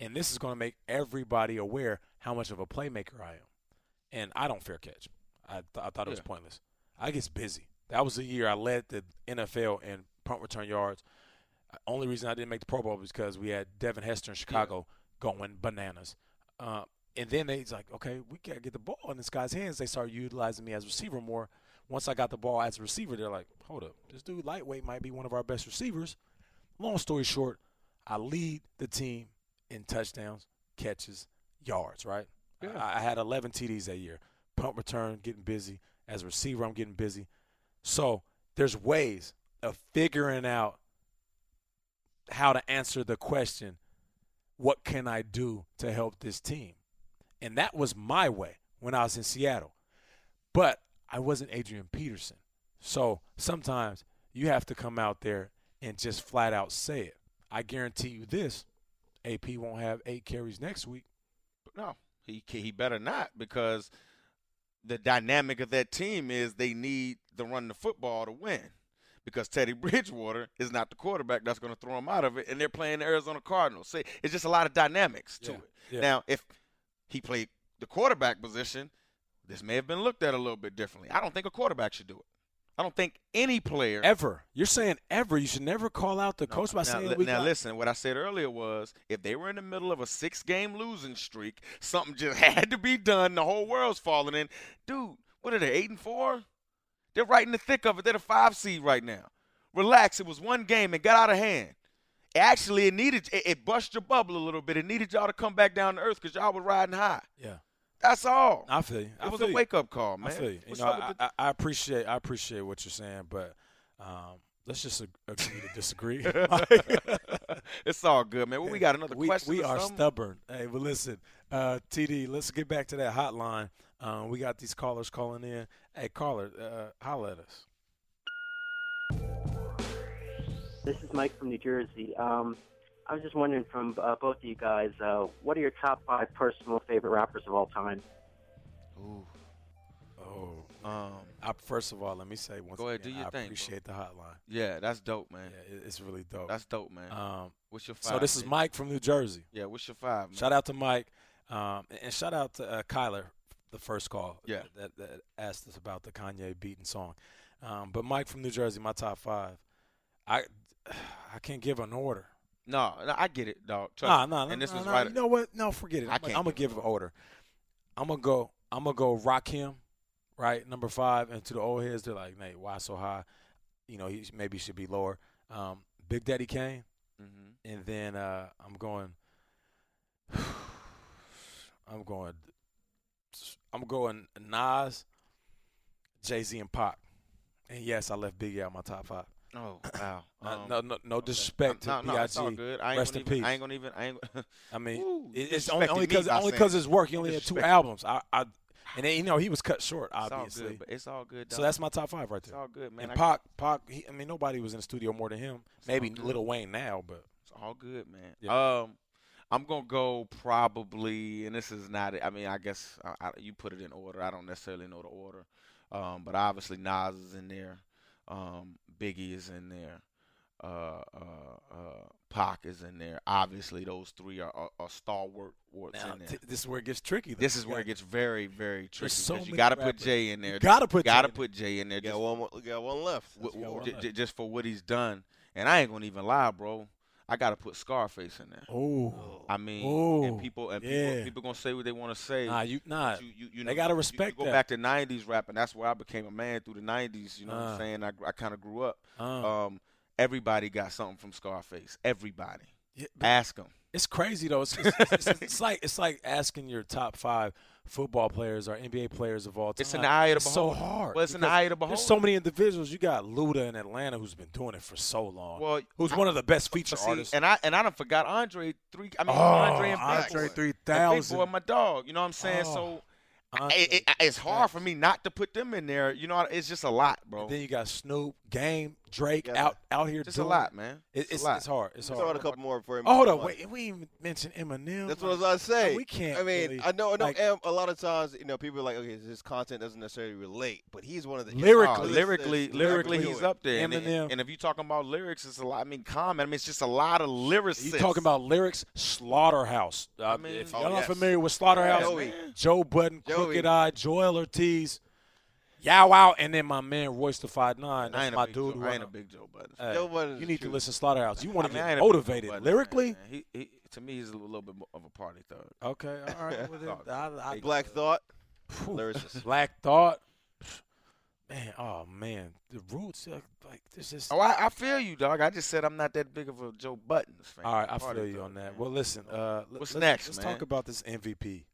[SPEAKER 2] and this is going to make everybody aware how much of a playmaker I am. And I don't fair catch. I th- I thought it was
[SPEAKER 1] Yeah.
[SPEAKER 2] pointless. I gets busy. That was the year I led the NFL in punt return yards. Only reason I didn't make the Pro Bowl was because we had Devin Hester in Chicago going bananas. Uh, and then they's like, okay, we gotta get the ball in this guy's hands. They started utilizing me as receiver more. Once I got the ball as a receiver, they're like, hold up, this dude lightweight might be one of our best receivers. Long story short, I lead the team in touchdowns, catches, yards. Right?
[SPEAKER 1] Yeah.
[SPEAKER 2] I, I had 11 TDs that year. Punt return, getting busy. As a receiver, I'm getting busy. So there's ways of figuring out how to answer the question, what can I do to help this team? And that was my way when I was in Seattle. But I wasn't Adrian Peterson. So sometimes you have to come out there and just flat out say it. I guarantee you this: AP won't have eight carries next week.
[SPEAKER 1] No, he ca- he better not because the dynamic of that team is they need to run the football to win because Teddy Bridgewater is not the quarterback that's going to throw him out of it, and they're playing the Arizona Cardinals. See, it's just a lot of dynamics to
[SPEAKER 2] Yeah,
[SPEAKER 1] it.
[SPEAKER 2] yeah.
[SPEAKER 1] Now, if he played the quarterback position, this may have been looked at a little bit differently. I don't think a quarterback should do it. I don't think any player
[SPEAKER 2] Ever, you're saying ever? You should never call out the coach by
[SPEAKER 1] now,
[SPEAKER 2] saying
[SPEAKER 1] li-
[SPEAKER 2] we
[SPEAKER 1] now
[SPEAKER 2] got-
[SPEAKER 1] listen, what I said earlier was if they were in the middle of a six game losing streak, something just had to be done. The whole world's falling in. Dude, what are they, eight and four? They're right in the thick of it. They're the five seed right now. Relax. It was one game. It got out of hand. Actually, it needed it, it bust your bubble a little bit. It needed y'all to come back down to earth because y'all were riding high.
[SPEAKER 2] Yeah,
[SPEAKER 1] That's all.
[SPEAKER 2] I feel you. I
[SPEAKER 1] it was
[SPEAKER 2] feel
[SPEAKER 1] a
[SPEAKER 2] you.
[SPEAKER 1] wake up call,
[SPEAKER 2] I
[SPEAKER 1] man.
[SPEAKER 2] feel you. You
[SPEAKER 1] What's
[SPEAKER 2] know,
[SPEAKER 1] up with
[SPEAKER 2] I,
[SPEAKER 1] the-
[SPEAKER 2] I, I appreciate I appreciate what you're saying, but um, let's just ag- agree to disagree.
[SPEAKER 1] it's all good, man. Well, we got another
[SPEAKER 2] we,
[SPEAKER 1] question.
[SPEAKER 2] We
[SPEAKER 1] or
[SPEAKER 2] are
[SPEAKER 1] something?
[SPEAKER 2] stubborn. Hey, but listen, uh, TD, let's get back to that hotline. Um, we got these callers calling in. Hey, caller, uh, holla at us.
[SPEAKER 8] This is Mike from New Jersey. Um, I was just wondering from uh, both of you guys, uh, what are your top five personal favorite rappers of all time?
[SPEAKER 2] Oh,
[SPEAKER 1] Um,
[SPEAKER 2] I, first of all, let me say once
[SPEAKER 1] Go ahead,
[SPEAKER 2] again,
[SPEAKER 1] do your
[SPEAKER 2] I
[SPEAKER 1] thing, bro.
[SPEAKER 2] appreciate the hotline.
[SPEAKER 1] yeah, that's dope, man.
[SPEAKER 2] Yeah, it, it's really dope.
[SPEAKER 1] That's dope, man.
[SPEAKER 2] um,
[SPEAKER 1] what's your five?
[SPEAKER 2] so this is
[SPEAKER 1] man?
[SPEAKER 2] Mike from New Jersey.
[SPEAKER 1] Yeah, what's your five? Man?
[SPEAKER 2] Shout out to Mike, um, and- and shout out to uh, Kyler, the first call.
[SPEAKER 1] Yeah.
[SPEAKER 2] that, that asked us about the Kanye beaten song. Um, but Mike from New Jersey, my top five. I I can't give an order.
[SPEAKER 1] No, no, I get it, dog. Trust
[SPEAKER 2] Nah,
[SPEAKER 1] me.
[SPEAKER 2] nah, nah,
[SPEAKER 1] and this
[SPEAKER 2] nah,
[SPEAKER 1] is
[SPEAKER 2] nah.
[SPEAKER 1] right.
[SPEAKER 2] You know what? No, forget it.
[SPEAKER 1] I
[SPEAKER 2] I'm,
[SPEAKER 1] can't
[SPEAKER 2] gonna
[SPEAKER 1] give
[SPEAKER 2] give an order. I'm gonna go. I'm gonna go rock him, right? Number five, and to the old heads, they're like, "Nate, why so high? You know, he maybe should be lower." Um, Big Daddy Kane,
[SPEAKER 1] Mhm.
[SPEAKER 2] and then uh, I'm going. I'm going. I'm going Nas, Jay Z, and Pac. And yes, I left Biggie out of my top five.
[SPEAKER 1] Oh wow.
[SPEAKER 2] Not-
[SPEAKER 1] Um,
[SPEAKER 2] no, no, no
[SPEAKER 1] okay.
[SPEAKER 2] disrespect
[SPEAKER 1] No,
[SPEAKER 2] to
[SPEAKER 1] no, it's all
[SPEAKER 2] Big.
[SPEAKER 1] good. I ain't
[SPEAKER 2] Rest
[SPEAKER 1] gonna
[SPEAKER 2] in
[SPEAKER 1] even,
[SPEAKER 2] peace.
[SPEAKER 1] I ain't gonna even. I ain't. gonna-
[SPEAKER 2] I mean,
[SPEAKER 1] Ooh,
[SPEAKER 2] it- it's
[SPEAKER 1] you
[SPEAKER 2] only
[SPEAKER 1] disrespecting
[SPEAKER 2] only because
[SPEAKER 1] me by
[SPEAKER 2] only
[SPEAKER 1] saying
[SPEAKER 2] because his work. He only
[SPEAKER 1] You
[SPEAKER 2] had two
[SPEAKER 1] disrespecting-
[SPEAKER 2] albums. I, I and then you know he was cut short,
[SPEAKER 1] it's all
[SPEAKER 2] obviously.
[SPEAKER 1] good, but it's all good. Dog.
[SPEAKER 2] so that's my top five right
[SPEAKER 1] it's
[SPEAKER 2] there.
[SPEAKER 1] all good, man.
[SPEAKER 2] and
[SPEAKER 1] I-
[SPEAKER 2] Pac, Pac. He, I mean, nobody was in the studio more than him. Maybe
[SPEAKER 1] all good.
[SPEAKER 2] Little Wayne now, but
[SPEAKER 1] It's all good, man.
[SPEAKER 2] Yeah.
[SPEAKER 1] Um, I'm gonna go probably, and this is not. I mean, I guess I, I, you put it in order. I don't necessarily know the order, um, but obviously Nas is in there, um, Biggie is in there, uh, uh, uh, Pac is in there. Obviously, those three are are, are stalwart warts
[SPEAKER 2] now,
[SPEAKER 1] in there.
[SPEAKER 2] t- this is where it gets tricky. Though.
[SPEAKER 1] this is where
[SPEAKER 2] Yeah.
[SPEAKER 1] it gets very, very tricky
[SPEAKER 2] so
[SPEAKER 1] because you
[SPEAKER 2] many
[SPEAKER 1] gotta
[SPEAKER 2] rappers.
[SPEAKER 1] put Jay in there.
[SPEAKER 2] You gotta put.
[SPEAKER 1] gotta
[SPEAKER 2] Jay-
[SPEAKER 1] put Jay in there.
[SPEAKER 4] You
[SPEAKER 1] just
[SPEAKER 4] got one, more, you got one left.
[SPEAKER 1] w-
[SPEAKER 2] got
[SPEAKER 1] w-
[SPEAKER 2] one
[SPEAKER 1] j-
[SPEAKER 2] left.
[SPEAKER 1] j- just for what he's done. And I ain't gonna even lie, bro. I gotta put Scarface in there.
[SPEAKER 2] Oh,
[SPEAKER 1] I mean,
[SPEAKER 2] Oh,
[SPEAKER 1] and people and
[SPEAKER 2] yeah.
[SPEAKER 1] people, people gonna say what they want to say.
[SPEAKER 2] nah, you
[SPEAKER 1] but
[SPEAKER 2] not.
[SPEAKER 1] you, you, you
[SPEAKER 2] they
[SPEAKER 1] know,
[SPEAKER 2] gotta
[SPEAKER 1] you-
[SPEAKER 2] respect
[SPEAKER 1] You,
[SPEAKER 2] that.
[SPEAKER 1] go back to '90s rap, and that's where I became a man through the '90s. You know what
[SPEAKER 2] Uh.
[SPEAKER 1] I'm saying? I, gr- I kind of grew up.
[SPEAKER 2] Uh,
[SPEAKER 1] Um, everybody got something from Scarface. Everybody,
[SPEAKER 2] yeah, but
[SPEAKER 1] ask them.
[SPEAKER 2] it's crazy though. It's, it's, it's, it's, it's like it's like asking your top five football players or NBA players of all time.
[SPEAKER 1] It's in the eye of the
[SPEAKER 2] It's so
[SPEAKER 1] beholder.
[SPEAKER 2] hard.
[SPEAKER 1] Well, it's in the
[SPEAKER 2] because
[SPEAKER 1] eye of the beholder.
[SPEAKER 2] There's so many individuals. You got Luda in Atlanta who's been doing it for so long.
[SPEAKER 1] well,
[SPEAKER 2] who's
[SPEAKER 1] I-
[SPEAKER 2] one of the best feature
[SPEAKER 1] but see,
[SPEAKER 2] artists.
[SPEAKER 1] and I and I done forgot Andre three. I mean,
[SPEAKER 2] oh,
[SPEAKER 1] Andre and Big
[SPEAKER 2] Andre
[SPEAKER 1] Boy.
[SPEAKER 2] three
[SPEAKER 1] And Big Boy,
[SPEAKER 2] thousand.
[SPEAKER 1] my dog. You know what I'm saying?
[SPEAKER 2] Oh,
[SPEAKER 1] so I- it, it, it's hard for me not to put them in there. You know, it's just a lot, bro.
[SPEAKER 2] Then you got Snoop, Game, Drake
[SPEAKER 4] Yeah.
[SPEAKER 2] out out here.
[SPEAKER 1] Just a
[SPEAKER 2] doing
[SPEAKER 1] lot,
[SPEAKER 2] it.
[SPEAKER 1] man.
[SPEAKER 2] It-
[SPEAKER 1] a
[SPEAKER 2] it's,
[SPEAKER 1] lot.
[SPEAKER 2] it's hard. It's
[SPEAKER 4] Let's throw out
[SPEAKER 2] hard.
[SPEAKER 4] a couple more for him.
[SPEAKER 2] Oh, hold on, wait. We even mentioned Eminem.
[SPEAKER 4] That's what I was gonna say.
[SPEAKER 2] We can't
[SPEAKER 4] I mean,
[SPEAKER 2] really-
[SPEAKER 4] I know, I know.
[SPEAKER 2] like-
[SPEAKER 4] Em, a lot of times, you know, people are like, okay, his content doesn't necessarily relate, but he's one of the
[SPEAKER 2] Lyrically.
[SPEAKER 1] Oh,
[SPEAKER 4] It's-
[SPEAKER 1] lyrically,
[SPEAKER 4] it's-
[SPEAKER 1] lyrically,
[SPEAKER 4] do
[SPEAKER 1] he's
[SPEAKER 4] it.
[SPEAKER 1] up there. And, it-
[SPEAKER 2] Eminem.
[SPEAKER 1] and if you're talking about lyrics, it's a lot. I mean, common. I mean, it's just a lot of lyricists.
[SPEAKER 2] You talking about lyrics? Slaughterhouse. Uh,
[SPEAKER 1] I mean-
[SPEAKER 2] if
[SPEAKER 1] Oh,
[SPEAKER 2] y'all not
[SPEAKER 4] yes.
[SPEAKER 2] familiar with Slaughterhouse,
[SPEAKER 4] Joey.
[SPEAKER 2] Joe Budden,
[SPEAKER 4] Joey.
[SPEAKER 2] Crooked Eye, Joel Ortiz, Yow Wow, and then my man Royce the Five Nine.
[SPEAKER 1] I
[SPEAKER 2] That's
[SPEAKER 1] ain't
[SPEAKER 2] my
[SPEAKER 1] a big
[SPEAKER 2] dude.
[SPEAKER 1] Joe,
[SPEAKER 2] who
[SPEAKER 1] I
[SPEAKER 2] I
[SPEAKER 1] ain't a
[SPEAKER 2] know.
[SPEAKER 1] big Joe Budden.
[SPEAKER 2] Hey,
[SPEAKER 4] Joe Budden is
[SPEAKER 2] you
[SPEAKER 4] the
[SPEAKER 2] need to
[SPEAKER 4] truth.
[SPEAKER 2] listen to Slaughterhouse. You
[SPEAKER 1] I
[SPEAKER 2] want to
[SPEAKER 1] mean, I
[SPEAKER 2] get
[SPEAKER 1] ain't a big Joe
[SPEAKER 2] motivated
[SPEAKER 1] Budden fan,
[SPEAKER 2] lyrically.
[SPEAKER 1] man. He, he, to me, he's a little bit more of a party thug.
[SPEAKER 2] Okay, all right. Well, then, I, I,
[SPEAKER 4] Black Thought.
[SPEAKER 2] Phew.
[SPEAKER 4] lyricist.
[SPEAKER 2] Black Thought. Man, oh man, the roots uh, like this is.
[SPEAKER 1] Oh, I, I feel you, dog. I just said I'm not that big of a Joe Buttons fan.
[SPEAKER 2] All right, I
[SPEAKER 1] Party
[SPEAKER 2] feel you
[SPEAKER 1] thug,
[SPEAKER 2] on that.
[SPEAKER 1] man.
[SPEAKER 2] Well, listen. Uh, let-
[SPEAKER 1] What's
[SPEAKER 2] let's,
[SPEAKER 1] next,
[SPEAKER 2] Let's
[SPEAKER 1] man?
[SPEAKER 2] talk about this MVP.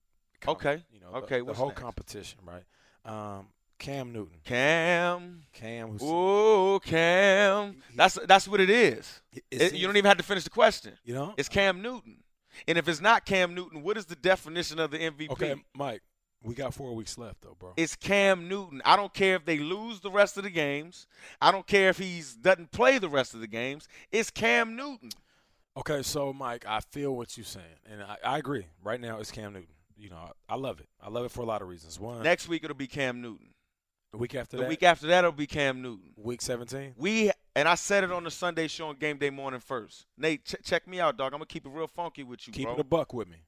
[SPEAKER 1] Okay,
[SPEAKER 2] You know,
[SPEAKER 1] okay,
[SPEAKER 2] The, the
[SPEAKER 1] what's
[SPEAKER 2] whole
[SPEAKER 1] next?
[SPEAKER 2] competition, right? Um, Cam Newton,
[SPEAKER 1] Cam.
[SPEAKER 2] Cam, who's
[SPEAKER 1] Ooh, Cam. That's that's what it is.
[SPEAKER 2] it- it
[SPEAKER 1] It-
[SPEAKER 2] seems-
[SPEAKER 1] you don't even have to finish the question.
[SPEAKER 2] you know.
[SPEAKER 1] It's Cam Newton. And if it's not Cam Newton, what is the definition of the MVP?
[SPEAKER 2] okay, Mike. We got four weeks left though, bro.
[SPEAKER 1] It's Cam Newton. I don't care if they lose the rest of the games. I don't care if he's doesn't play the rest of the games. It's Cam Newton.
[SPEAKER 2] Okay, so Mike, I feel what you're saying, and I, I agree. Right now, it's Cam Newton. You know, I, I love it. I love it for a lot of reasons. One,
[SPEAKER 1] Next week it'll be Cam Newton.
[SPEAKER 2] the week after
[SPEAKER 1] The
[SPEAKER 2] that,
[SPEAKER 1] week after that it'll be Cam Newton.
[SPEAKER 2] week 17.
[SPEAKER 1] We and I said it on the Sunday show on game day morning first. Nate, ch- check me out, dog. I'm gonna keep it real funky with you,
[SPEAKER 2] Keep
[SPEAKER 1] bro.
[SPEAKER 2] it a buck with me.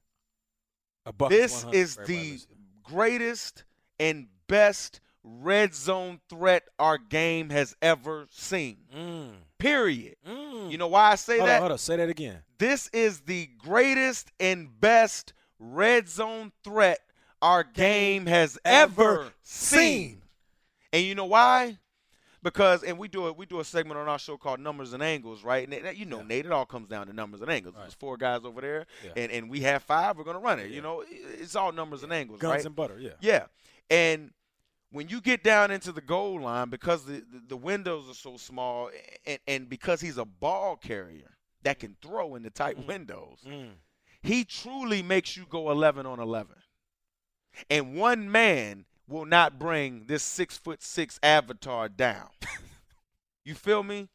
[SPEAKER 2] A buck.
[SPEAKER 1] this
[SPEAKER 2] 100
[SPEAKER 1] is
[SPEAKER 2] for everybody
[SPEAKER 1] the
[SPEAKER 2] listening.
[SPEAKER 1] greatest and best red zone threat our game has ever seen.
[SPEAKER 2] Mm,
[SPEAKER 1] Period.
[SPEAKER 2] mm.
[SPEAKER 1] You know why I say
[SPEAKER 2] hold
[SPEAKER 1] that?
[SPEAKER 2] on, hold on. Say that again.
[SPEAKER 1] This is the greatest and best red zone threat our game has ever seen. And you know why? Because and we do it. We do a segment on our show called Numbers and Angles, right? And it- you know, Nate, it all comes down to numbers and angles.
[SPEAKER 2] Right.
[SPEAKER 1] There's four guys over there,
[SPEAKER 2] Yeah.
[SPEAKER 1] and and we have five. We're gonna run it.
[SPEAKER 2] Yeah.
[SPEAKER 1] You know, it's all numbers and angles,
[SPEAKER 2] Guns
[SPEAKER 1] right?
[SPEAKER 2] and butter. Yeah.
[SPEAKER 1] Yeah. And when you get down into the goal line, because the, the, the windows are so small and, and because he's a ball carrier that can throw in the tight windows,
[SPEAKER 2] Mm.
[SPEAKER 1] he truly makes you go 11 on 11. And one man will not bring this six foot six avatar down. you feel me?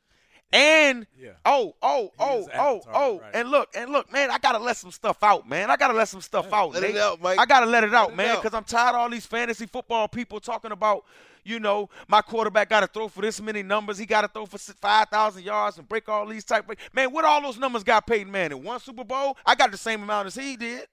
[SPEAKER 1] And
[SPEAKER 2] Yeah.
[SPEAKER 1] oh, oh,
[SPEAKER 2] He
[SPEAKER 1] oh,
[SPEAKER 2] is
[SPEAKER 1] oh,
[SPEAKER 2] avatar,
[SPEAKER 1] oh,
[SPEAKER 2] right.
[SPEAKER 1] and look, and look, man, I gotta let some stuff out, man. I gotta let some stuff out.
[SPEAKER 4] Let it
[SPEAKER 1] Nate.
[SPEAKER 4] out, Mike.
[SPEAKER 1] I gotta let it out,
[SPEAKER 4] it
[SPEAKER 1] man,
[SPEAKER 4] out.
[SPEAKER 1] because I'm tired of all these fantasy football people talking about, you know, my quarterback gotta throw for this many numbers, he gotta throw for five thousand yards and break all these type. Man, what all those numbers got Peyton Manning? One Super Bowl, I got the same amount as he did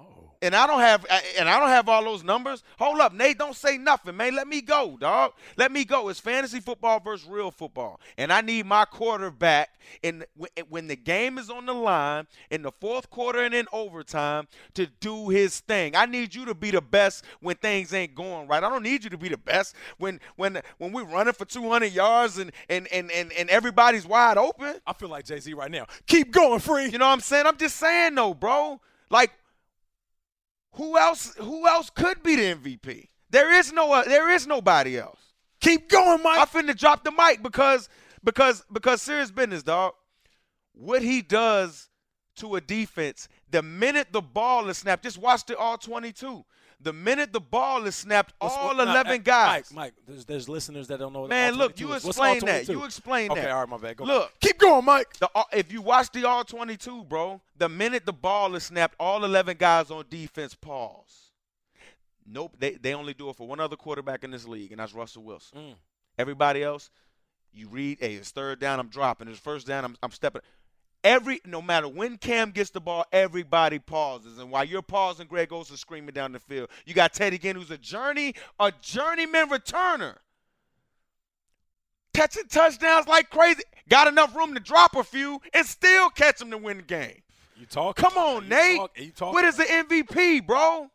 [SPEAKER 2] Oh.
[SPEAKER 1] and I don't have I- and I don't have all those numbers. Hold up, Nate, don't say nothing, man. Let me go, dog. Let me go. It's fantasy football versus real football, and I need my quarterback. And when the game is on the line in the fourth quarter and in overtime to do his thing, I need you to be the best when things ain't going right. I don't need you to be the best when when when we're running for 200 yards and and and and, and everybody's wide open.
[SPEAKER 2] I feel like Jay Z right now. Keep going, free.
[SPEAKER 1] You know what I'm saying? I'm just saying though, bro. Like, who else? Who else could be the MVP? There is no. Uh, there is nobody else.
[SPEAKER 2] Keep going, Mike.
[SPEAKER 1] I finna drop the mic because because because serious business, dog. What he does to a defense the minute the ball is snapped. Just watch the all 22. The minute the ball is snapped,
[SPEAKER 2] What's-
[SPEAKER 1] all
[SPEAKER 2] what- nah,
[SPEAKER 1] 11
[SPEAKER 2] uh,
[SPEAKER 1] guys.
[SPEAKER 2] Mike, Mike, there's, there's listeners that don't know. What
[SPEAKER 1] Man,
[SPEAKER 2] all
[SPEAKER 1] look,
[SPEAKER 2] 22
[SPEAKER 1] you
[SPEAKER 2] is. What's all
[SPEAKER 1] explain that.
[SPEAKER 2] 22?
[SPEAKER 1] You explain that.
[SPEAKER 2] Okay, all right, my bad. Go
[SPEAKER 1] Look.
[SPEAKER 2] keep going, Mike.
[SPEAKER 1] The, all- if you watch the all 22, bro, the minute the ball is snapped, all 11 guys on defense pause. Nope, they, they only do it for one other quarterback in this league, and that's Russell Wilson.
[SPEAKER 2] Mm.
[SPEAKER 1] Everybody else, you read, hey, it's third down, I'm dropping. It's first down, I'm, I'm stepping. Every no matter when Cam gets the ball, everybody pauses, and while you're pausing, Greg Olson screaming down the field. You got Teddy Ginn, who's a journey, a journeyman returner catching touchdowns like crazy. Got enough room to drop a few and still catch them to win the game.
[SPEAKER 2] You talk.
[SPEAKER 1] Come on,
[SPEAKER 2] You
[SPEAKER 1] Nate.
[SPEAKER 2] talk- you talk-
[SPEAKER 1] What is the MVP, bro?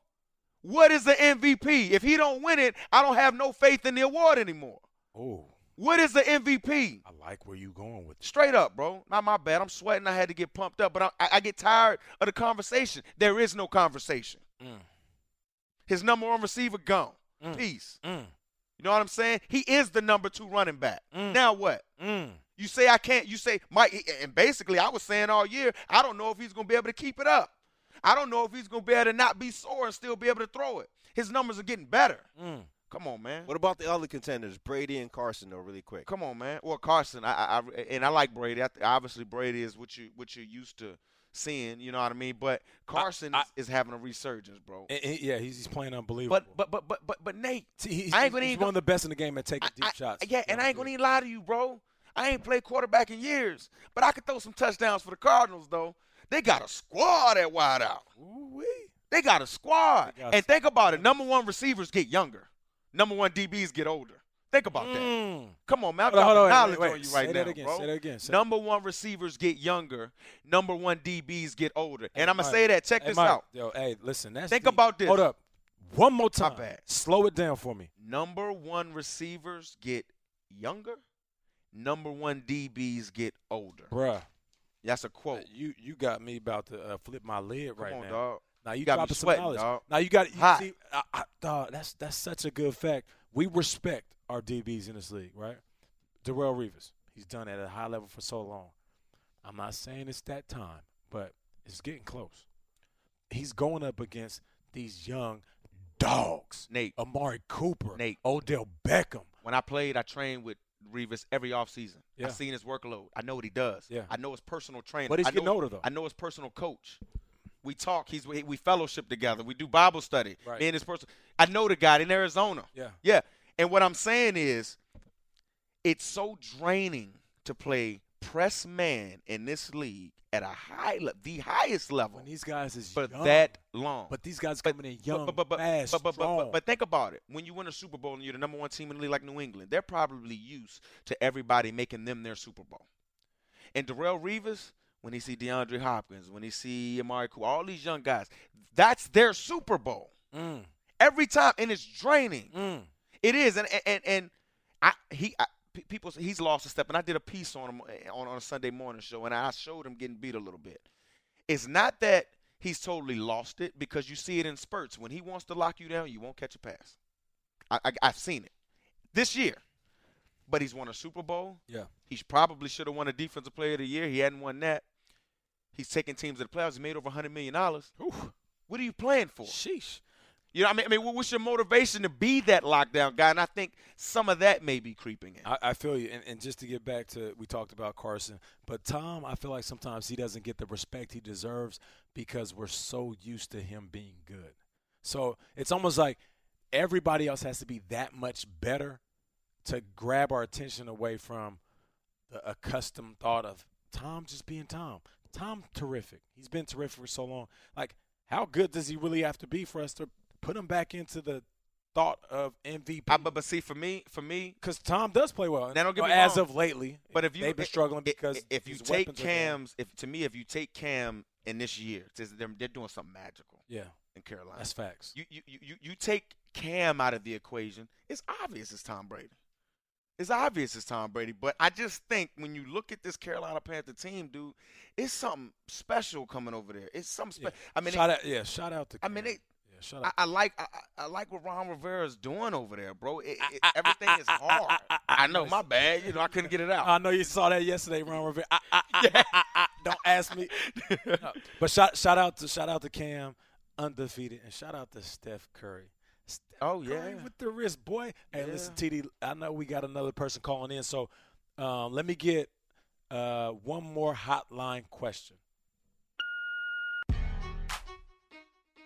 [SPEAKER 1] What is the MVP? If he don't win it, I don't have no faith in the award anymore.
[SPEAKER 2] Oh,
[SPEAKER 1] What is the MVP?
[SPEAKER 2] I like where you going with this.
[SPEAKER 1] Straight up, bro. Not my bad. I'm sweating. I had to get pumped up, but I, I, I get tired of the conversation. There is no conversation.
[SPEAKER 2] Mm.
[SPEAKER 1] His number one receiver gone.
[SPEAKER 2] Mm.
[SPEAKER 1] Peace.
[SPEAKER 2] Mm,
[SPEAKER 1] You know what I'm saying? He is the number two running back.
[SPEAKER 2] Mm.
[SPEAKER 1] Now what?
[SPEAKER 2] mm.
[SPEAKER 1] You say I can't. You say Mike, and basically I was saying all year, I don't know if he's gonna be able to keep it up. I don't know if he's gonna be able to not be sore and still be able to throw it. His numbers are getting better.
[SPEAKER 2] Mm.
[SPEAKER 1] Come on, man.
[SPEAKER 4] What about the other contenders, Brady and Carson, though, really quick?
[SPEAKER 1] Come on, man. Well, Carson, I, I, I and I like Brady. I th- obviously, Brady is what you what you're used to seeing. You know what I mean? But Carson
[SPEAKER 2] I-
[SPEAKER 1] is, is having a resurgence, bro.
[SPEAKER 2] And- and- yeah, he's, he's playing unbelievable.
[SPEAKER 1] But but but but but but Nate,
[SPEAKER 2] See, he's,
[SPEAKER 1] I ain't gonna
[SPEAKER 2] he's
[SPEAKER 1] even-
[SPEAKER 2] one of the best in the game at taking
[SPEAKER 1] I-
[SPEAKER 2] deep
[SPEAKER 1] I-
[SPEAKER 2] shots.
[SPEAKER 1] Yeah, and I ain't gonna even lie to you, bro. I ain't played quarterback in years, but I could throw some touchdowns for the Cardinals, though. They got a squad at wide out.
[SPEAKER 2] Ooh-wee.
[SPEAKER 1] They got a squad.
[SPEAKER 2] They got
[SPEAKER 1] and think about it. Number one receivers get younger. Number one DBs get older. Think about that.
[SPEAKER 2] Mm.
[SPEAKER 1] Come on, man. I'm
[SPEAKER 2] Hold on,
[SPEAKER 1] dropping
[SPEAKER 2] hold on, wait,
[SPEAKER 1] knowledge
[SPEAKER 2] wait,
[SPEAKER 1] on you
[SPEAKER 2] say
[SPEAKER 1] right
[SPEAKER 2] that
[SPEAKER 1] now,
[SPEAKER 2] again,
[SPEAKER 1] bro.
[SPEAKER 2] say that again, say-
[SPEAKER 1] number one receivers get younger. Number one DBs get older. And
[SPEAKER 2] Hey,
[SPEAKER 1] I'm going to
[SPEAKER 2] Mike.
[SPEAKER 1] say that. Check
[SPEAKER 2] Hey,
[SPEAKER 1] this
[SPEAKER 2] Mike,
[SPEAKER 1] out.
[SPEAKER 2] Yo, hey, listen. That's
[SPEAKER 1] Think
[SPEAKER 2] deep.
[SPEAKER 1] about this.
[SPEAKER 2] Hold up. One more time.
[SPEAKER 1] bad.
[SPEAKER 2] Slow it down for me.
[SPEAKER 1] Number one receivers get younger. Number one DBs get older.
[SPEAKER 2] Bruh,
[SPEAKER 1] That's a quote.
[SPEAKER 2] you, you got me about to uh, flip my lid
[SPEAKER 1] Come
[SPEAKER 2] right
[SPEAKER 1] on,
[SPEAKER 2] now.
[SPEAKER 1] dog.
[SPEAKER 2] Now you,
[SPEAKER 1] got me
[SPEAKER 2] dropping some
[SPEAKER 1] sweating,
[SPEAKER 2] knowledge.
[SPEAKER 1] dog.
[SPEAKER 2] Now you got you
[SPEAKER 1] Hot.
[SPEAKER 2] see, I, I, dog, that's that's such a good fact. We respect our DBs in this league, right? Darrell Reeves, he's done at a high level for so long. I'm not saying it's that time, but it's getting close. He's going up against these young dogs:
[SPEAKER 1] Nate.
[SPEAKER 2] Amari Cooper,
[SPEAKER 1] Nate.
[SPEAKER 2] Odell Beckham.
[SPEAKER 1] When I played, I trained with Revis every offseason.
[SPEAKER 2] Yeah.
[SPEAKER 1] I've seen his workload. I know what he does.
[SPEAKER 2] Yeah.
[SPEAKER 1] I know his personal trainer.
[SPEAKER 2] But he's
[SPEAKER 1] I know,
[SPEAKER 2] getting older, though.
[SPEAKER 1] I know his personal coach. We talk. He's we, we fellowship together. We do Bible study.
[SPEAKER 2] Right.
[SPEAKER 1] Me and his person. I know the guy in Arizona.
[SPEAKER 2] Yeah.
[SPEAKER 1] Yeah. And what I'm saying is, it's so draining to play press man in this league at a high, le- the highest level
[SPEAKER 2] When these guys is
[SPEAKER 1] for
[SPEAKER 2] young,
[SPEAKER 1] that long.
[SPEAKER 2] but these guys coming in young, fast,
[SPEAKER 1] but, but,
[SPEAKER 2] strong.
[SPEAKER 1] But, but think about it. When you win a Super Bowl and you're the number one team in the league like New England, they're probably used to everybody making them their Super Bowl. And Darrell Reeves, when he see DeAndre Hopkins, when he see Amari Cooper, all these young guys, that's their Super Bowl.
[SPEAKER 2] Mm,
[SPEAKER 1] Every time, and it's draining.
[SPEAKER 2] mm.
[SPEAKER 1] It is, and and- and and I he I, pe- people say he's lost a step, and I did a piece on him eh, on, on a Sunday morning show, and I showed him getting beat a little bit. It's not that he's totally lost it because you see it in spurts. When he wants to lock you down, you won't catch a pass. I, I I've seen it this year, but he's won a Super Bowl.
[SPEAKER 2] Yeah.
[SPEAKER 1] He sh- probably should have won a Defensive Player of the Year. He hadn't won that. He's taking teams to the playoffs. He made over hundred million dollars. What are you playing for?
[SPEAKER 2] Sheesh.
[SPEAKER 1] You know, what I mean, I mean, what- what's your motivation to be that lockdown guy? And I think some of that may be creeping in.
[SPEAKER 2] I, I feel you. And, and just to get back to, we talked about Carson, but Tom, I feel like sometimes he doesn't get the respect he deserves because we're so used to him being good. So it's almost like everybody else has to be that much better to grab our attention away from the accustomed thought of Tom just being Tom. Tom, terrific. He's been terrific for so long. Like, how good does he really have to be for us to put him back into the thought of MVP?
[SPEAKER 1] I- but, but see, for me, for me,
[SPEAKER 2] Because Tom does play well.
[SPEAKER 1] Now, don't get
[SPEAKER 2] Or
[SPEAKER 1] me
[SPEAKER 2] as
[SPEAKER 1] wrong,
[SPEAKER 2] of lately,
[SPEAKER 1] but if you
[SPEAKER 2] they've been
[SPEAKER 1] i-
[SPEAKER 2] struggling
[SPEAKER 1] i-
[SPEAKER 2] because
[SPEAKER 1] i- if you
[SPEAKER 2] his
[SPEAKER 1] take
[SPEAKER 2] weapons are going-
[SPEAKER 1] Cam's, if to me, if you take Cam in this year, it's- they're, they're doing something magical
[SPEAKER 2] yeah,
[SPEAKER 1] in Carolina.
[SPEAKER 2] that's facts.
[SPEAKER 1] You, you you you you take Cam out of the equation. It's obvious it's Tom Brady. It's obvious it's Tom Brady. But I just think when you look at this Carolina Panther team, dude, it's something special coming over there. It's something
[SPEAKER 2] Yeah.
[SPEAKER 1] special. I mean, it-
[SPEAKER 2] shout out, yeah, shout out to.
[SPEAKER 1] I mean,
[SPEAKER 2] Cam.
[SPEAKER 1] it-
[SPEAKER 2] yeah, shout
[SPEAKER 1] I,
[SPEAKER 2] out.
[SPEAKER 1] I like I, I- I like what Ron Rivera's doing over there, bro. It, it, everything is hard. I, know, my bad. You know, I couldn't get it out.
[SPEAKER 2] I know you saw that yesterday, Ron Rivera. I, I, I, I, I, don't ask me. No. But shout shout out to shout out to Cam, undefeated, and shout out to Steph Curry. Steph
[SPEAKER 1] Oh
[SPEAKER 2] Curry
[SPEAKER 1] yeah,
[SPEAKER 2] with the wrist, boy. Hey,
[SPEAKER 1] Yeah.
[SPEAKER 2] listen, TD. I know we got another person calling in, so um, let me get uh, one more hotline question.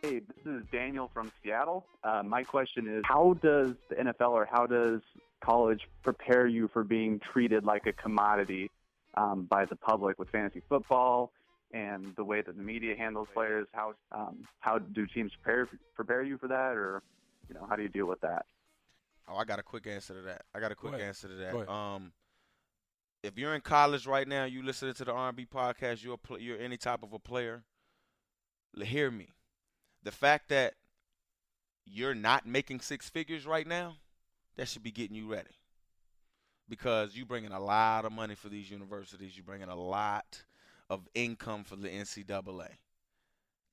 [SPEAKER 9] Hey, this is Daniel from Seattle. Uh, my question is, how does the NFL or how does college prepare you for being treated like a commodity um, by the public with fantasy football and the way that the media handles players? How um, how do teams prepare prepare you for that, or you know, how do you deal with that?
[SPEAKER 1] Oh, I got a quick answer to that. I got a quick
[SPEAKER 2] ahead.
[SPEAKER 1] answer to
[SPEAKER 2] Go
[SPEAKER 1] that.
[SPEAKER 2] ahead.
[SPEAKER 1] Um, if you're in college right now, you listening to the R&B podcast, you're a pl- you're any type of a player. l- Hear me. The fact that you're not making six figures right now, that should be getting you ready. Because you bringing a lot of money for these universities, you bringing a lot of income for the NCAA.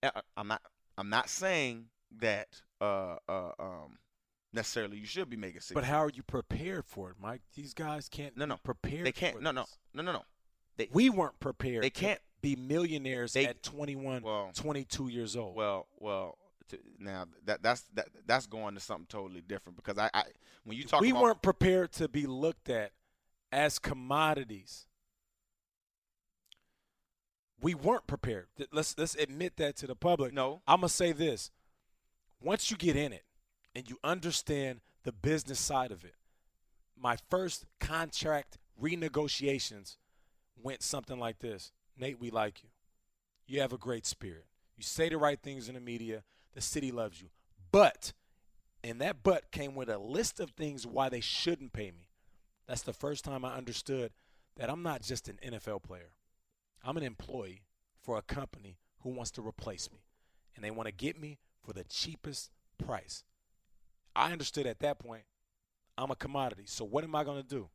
[SPEAKER 1] Uh, uh, I'm not I'm not saying that uh, uh, um, necessarily you should be making six
[SPEAKER 2] But how are you prepared for it, Mike? These guys can't.
[SPEAKER 1] No, no.
[SPEAKER 2] be prepared.
[SPEAKER 1] They
[SPEAKER 2] for
[SPEAKER 1] can't. No, no,
[SPEAKER 2] this.
[SPEAKER 1] no, no, no. They,
[SPEAKER 2] We weren't prepared.
[SPEAKER 1] They
[SPEAKER 2] to
[SPEAKER 1] can't-
[SPEAKER 2] be millionaires
[SPEAKER 1] They-
[SPEAKER 2] at 21,
[SPEAKER 1] Well-
[SPEAKER 2] 22 years old.
[SPEAKER 1] well, well. T- now that that's that that's going to something totally different because I, I when you talk
[SPEAKER 2] we
[SPEAKER 1] about
[SPEAKER 2] weren't prepared to be looked at as commodities. We weren't prepared. Th- Let's let's admit that to the public.
[SPEAKER 1] No.
[SPEAKER 2] I'm gonna say this. Once you get in it and you understand the business side of it, my first contract renegotiations went something like this. Nate, we like you. You have a great spirit. You say the right things in the media. The city loves you. But and that but came with a list of things why they shouldn't pay me. That's the first time I understood that I'm not just an NFL player. I'm an employee for a company who wants to replace me. And they want to get me for the cheapest price. I understood at that point, I'm a commodity. So what am I going to do?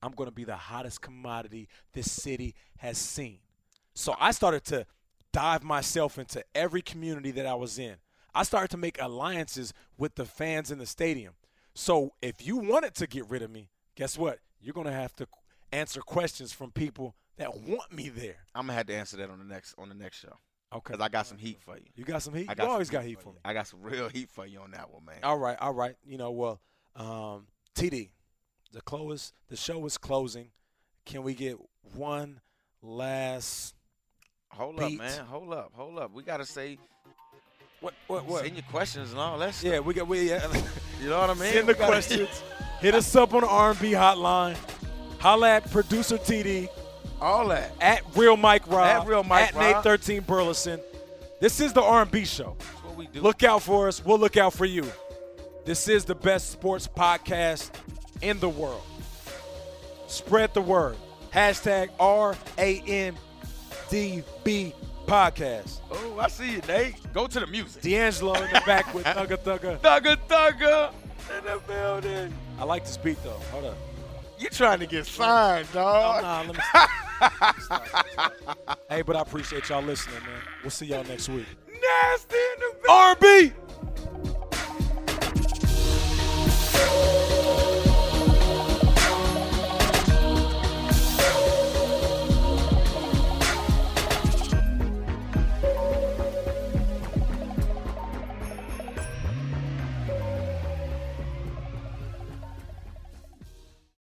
[SPEAKER 2] I'm going to be the hottest commodity this city has seen. So I started to dive myself into every community that I was in. I started to make alliances with the fans in the stadium. So if you wanted to get rid of me, guess what? You're going to have to answer questions from people that want me there.
[SPEAKER 1] I'm gonna have to answer that on the next on the next show
[SPEAKER 2] Okay.
[SPEAKER 1] because I got some heat for you.
[SPEAKER 2] you got some heat?
[SPEAKER 1] I
[SPEAKER 2] you
[SPEAKER 1] some
[SPEAKER 2] always got heat for
[SPEAKER 1] you.
[SPEAKER 2] me.
[SPEAKER 1] I got some real heat for you on that one, man.
[SPEAKER 2] All right, all right. You know, well, um, TD, the close the show is closing. Can we get one last
[SPEAKER 1] Hold
[SPEAKER 2] beat?
[SPEAKER 1] up, man. Hold up. Hold up. We gotta say
[SPEAKER 2] What what what?
[SPEAKER 1] send your questions and all that stuff.
[SPEAKER 2] Yeah, we got we yeah.
[SPEAKER 1] You know what I mean?
[SPEAKER 2] Send the
[SPEAKER 1] We gotta-
[SPEAKER 2] questions. Hit us up on the R&B hotline. Holla at producer TD
[SPEAKER 1] all that.
[SPEAKER 2] at Real Mike Rob
[SPEAKER 1] At Real Mike
[SPEAKER 2] at
[SPEAKER 1] Rob.
[SPEAKER 2] Nate Thirteen Burleson. This is the R&B show.
[SPEAKER 1] That's what we do.
[SPEAKER 2] Look out for us. We'll look out for you. This is the best sports podcast in the world. Spread the word. Hashtag R A N D B podcast.
[SPEAKER 1] Oh, I see you, Nate. Go to the music.
[SPEAKER 2] D'Angelo in the back with Thugga Thugga.
[SPEAKER 1] Thugga Thugga in the building.
[SPEAKER 2] I like this beat though. Hold up.
[SPEAKER 1] You trying to get signed, dog?
[SPEAKER 2] Nah, let me stop. Hey, but I appreciate y'all listening, man. We'll see y'all next week.
[SPEAKER 1] Nasty in the
[SPEAKER 2] R&B.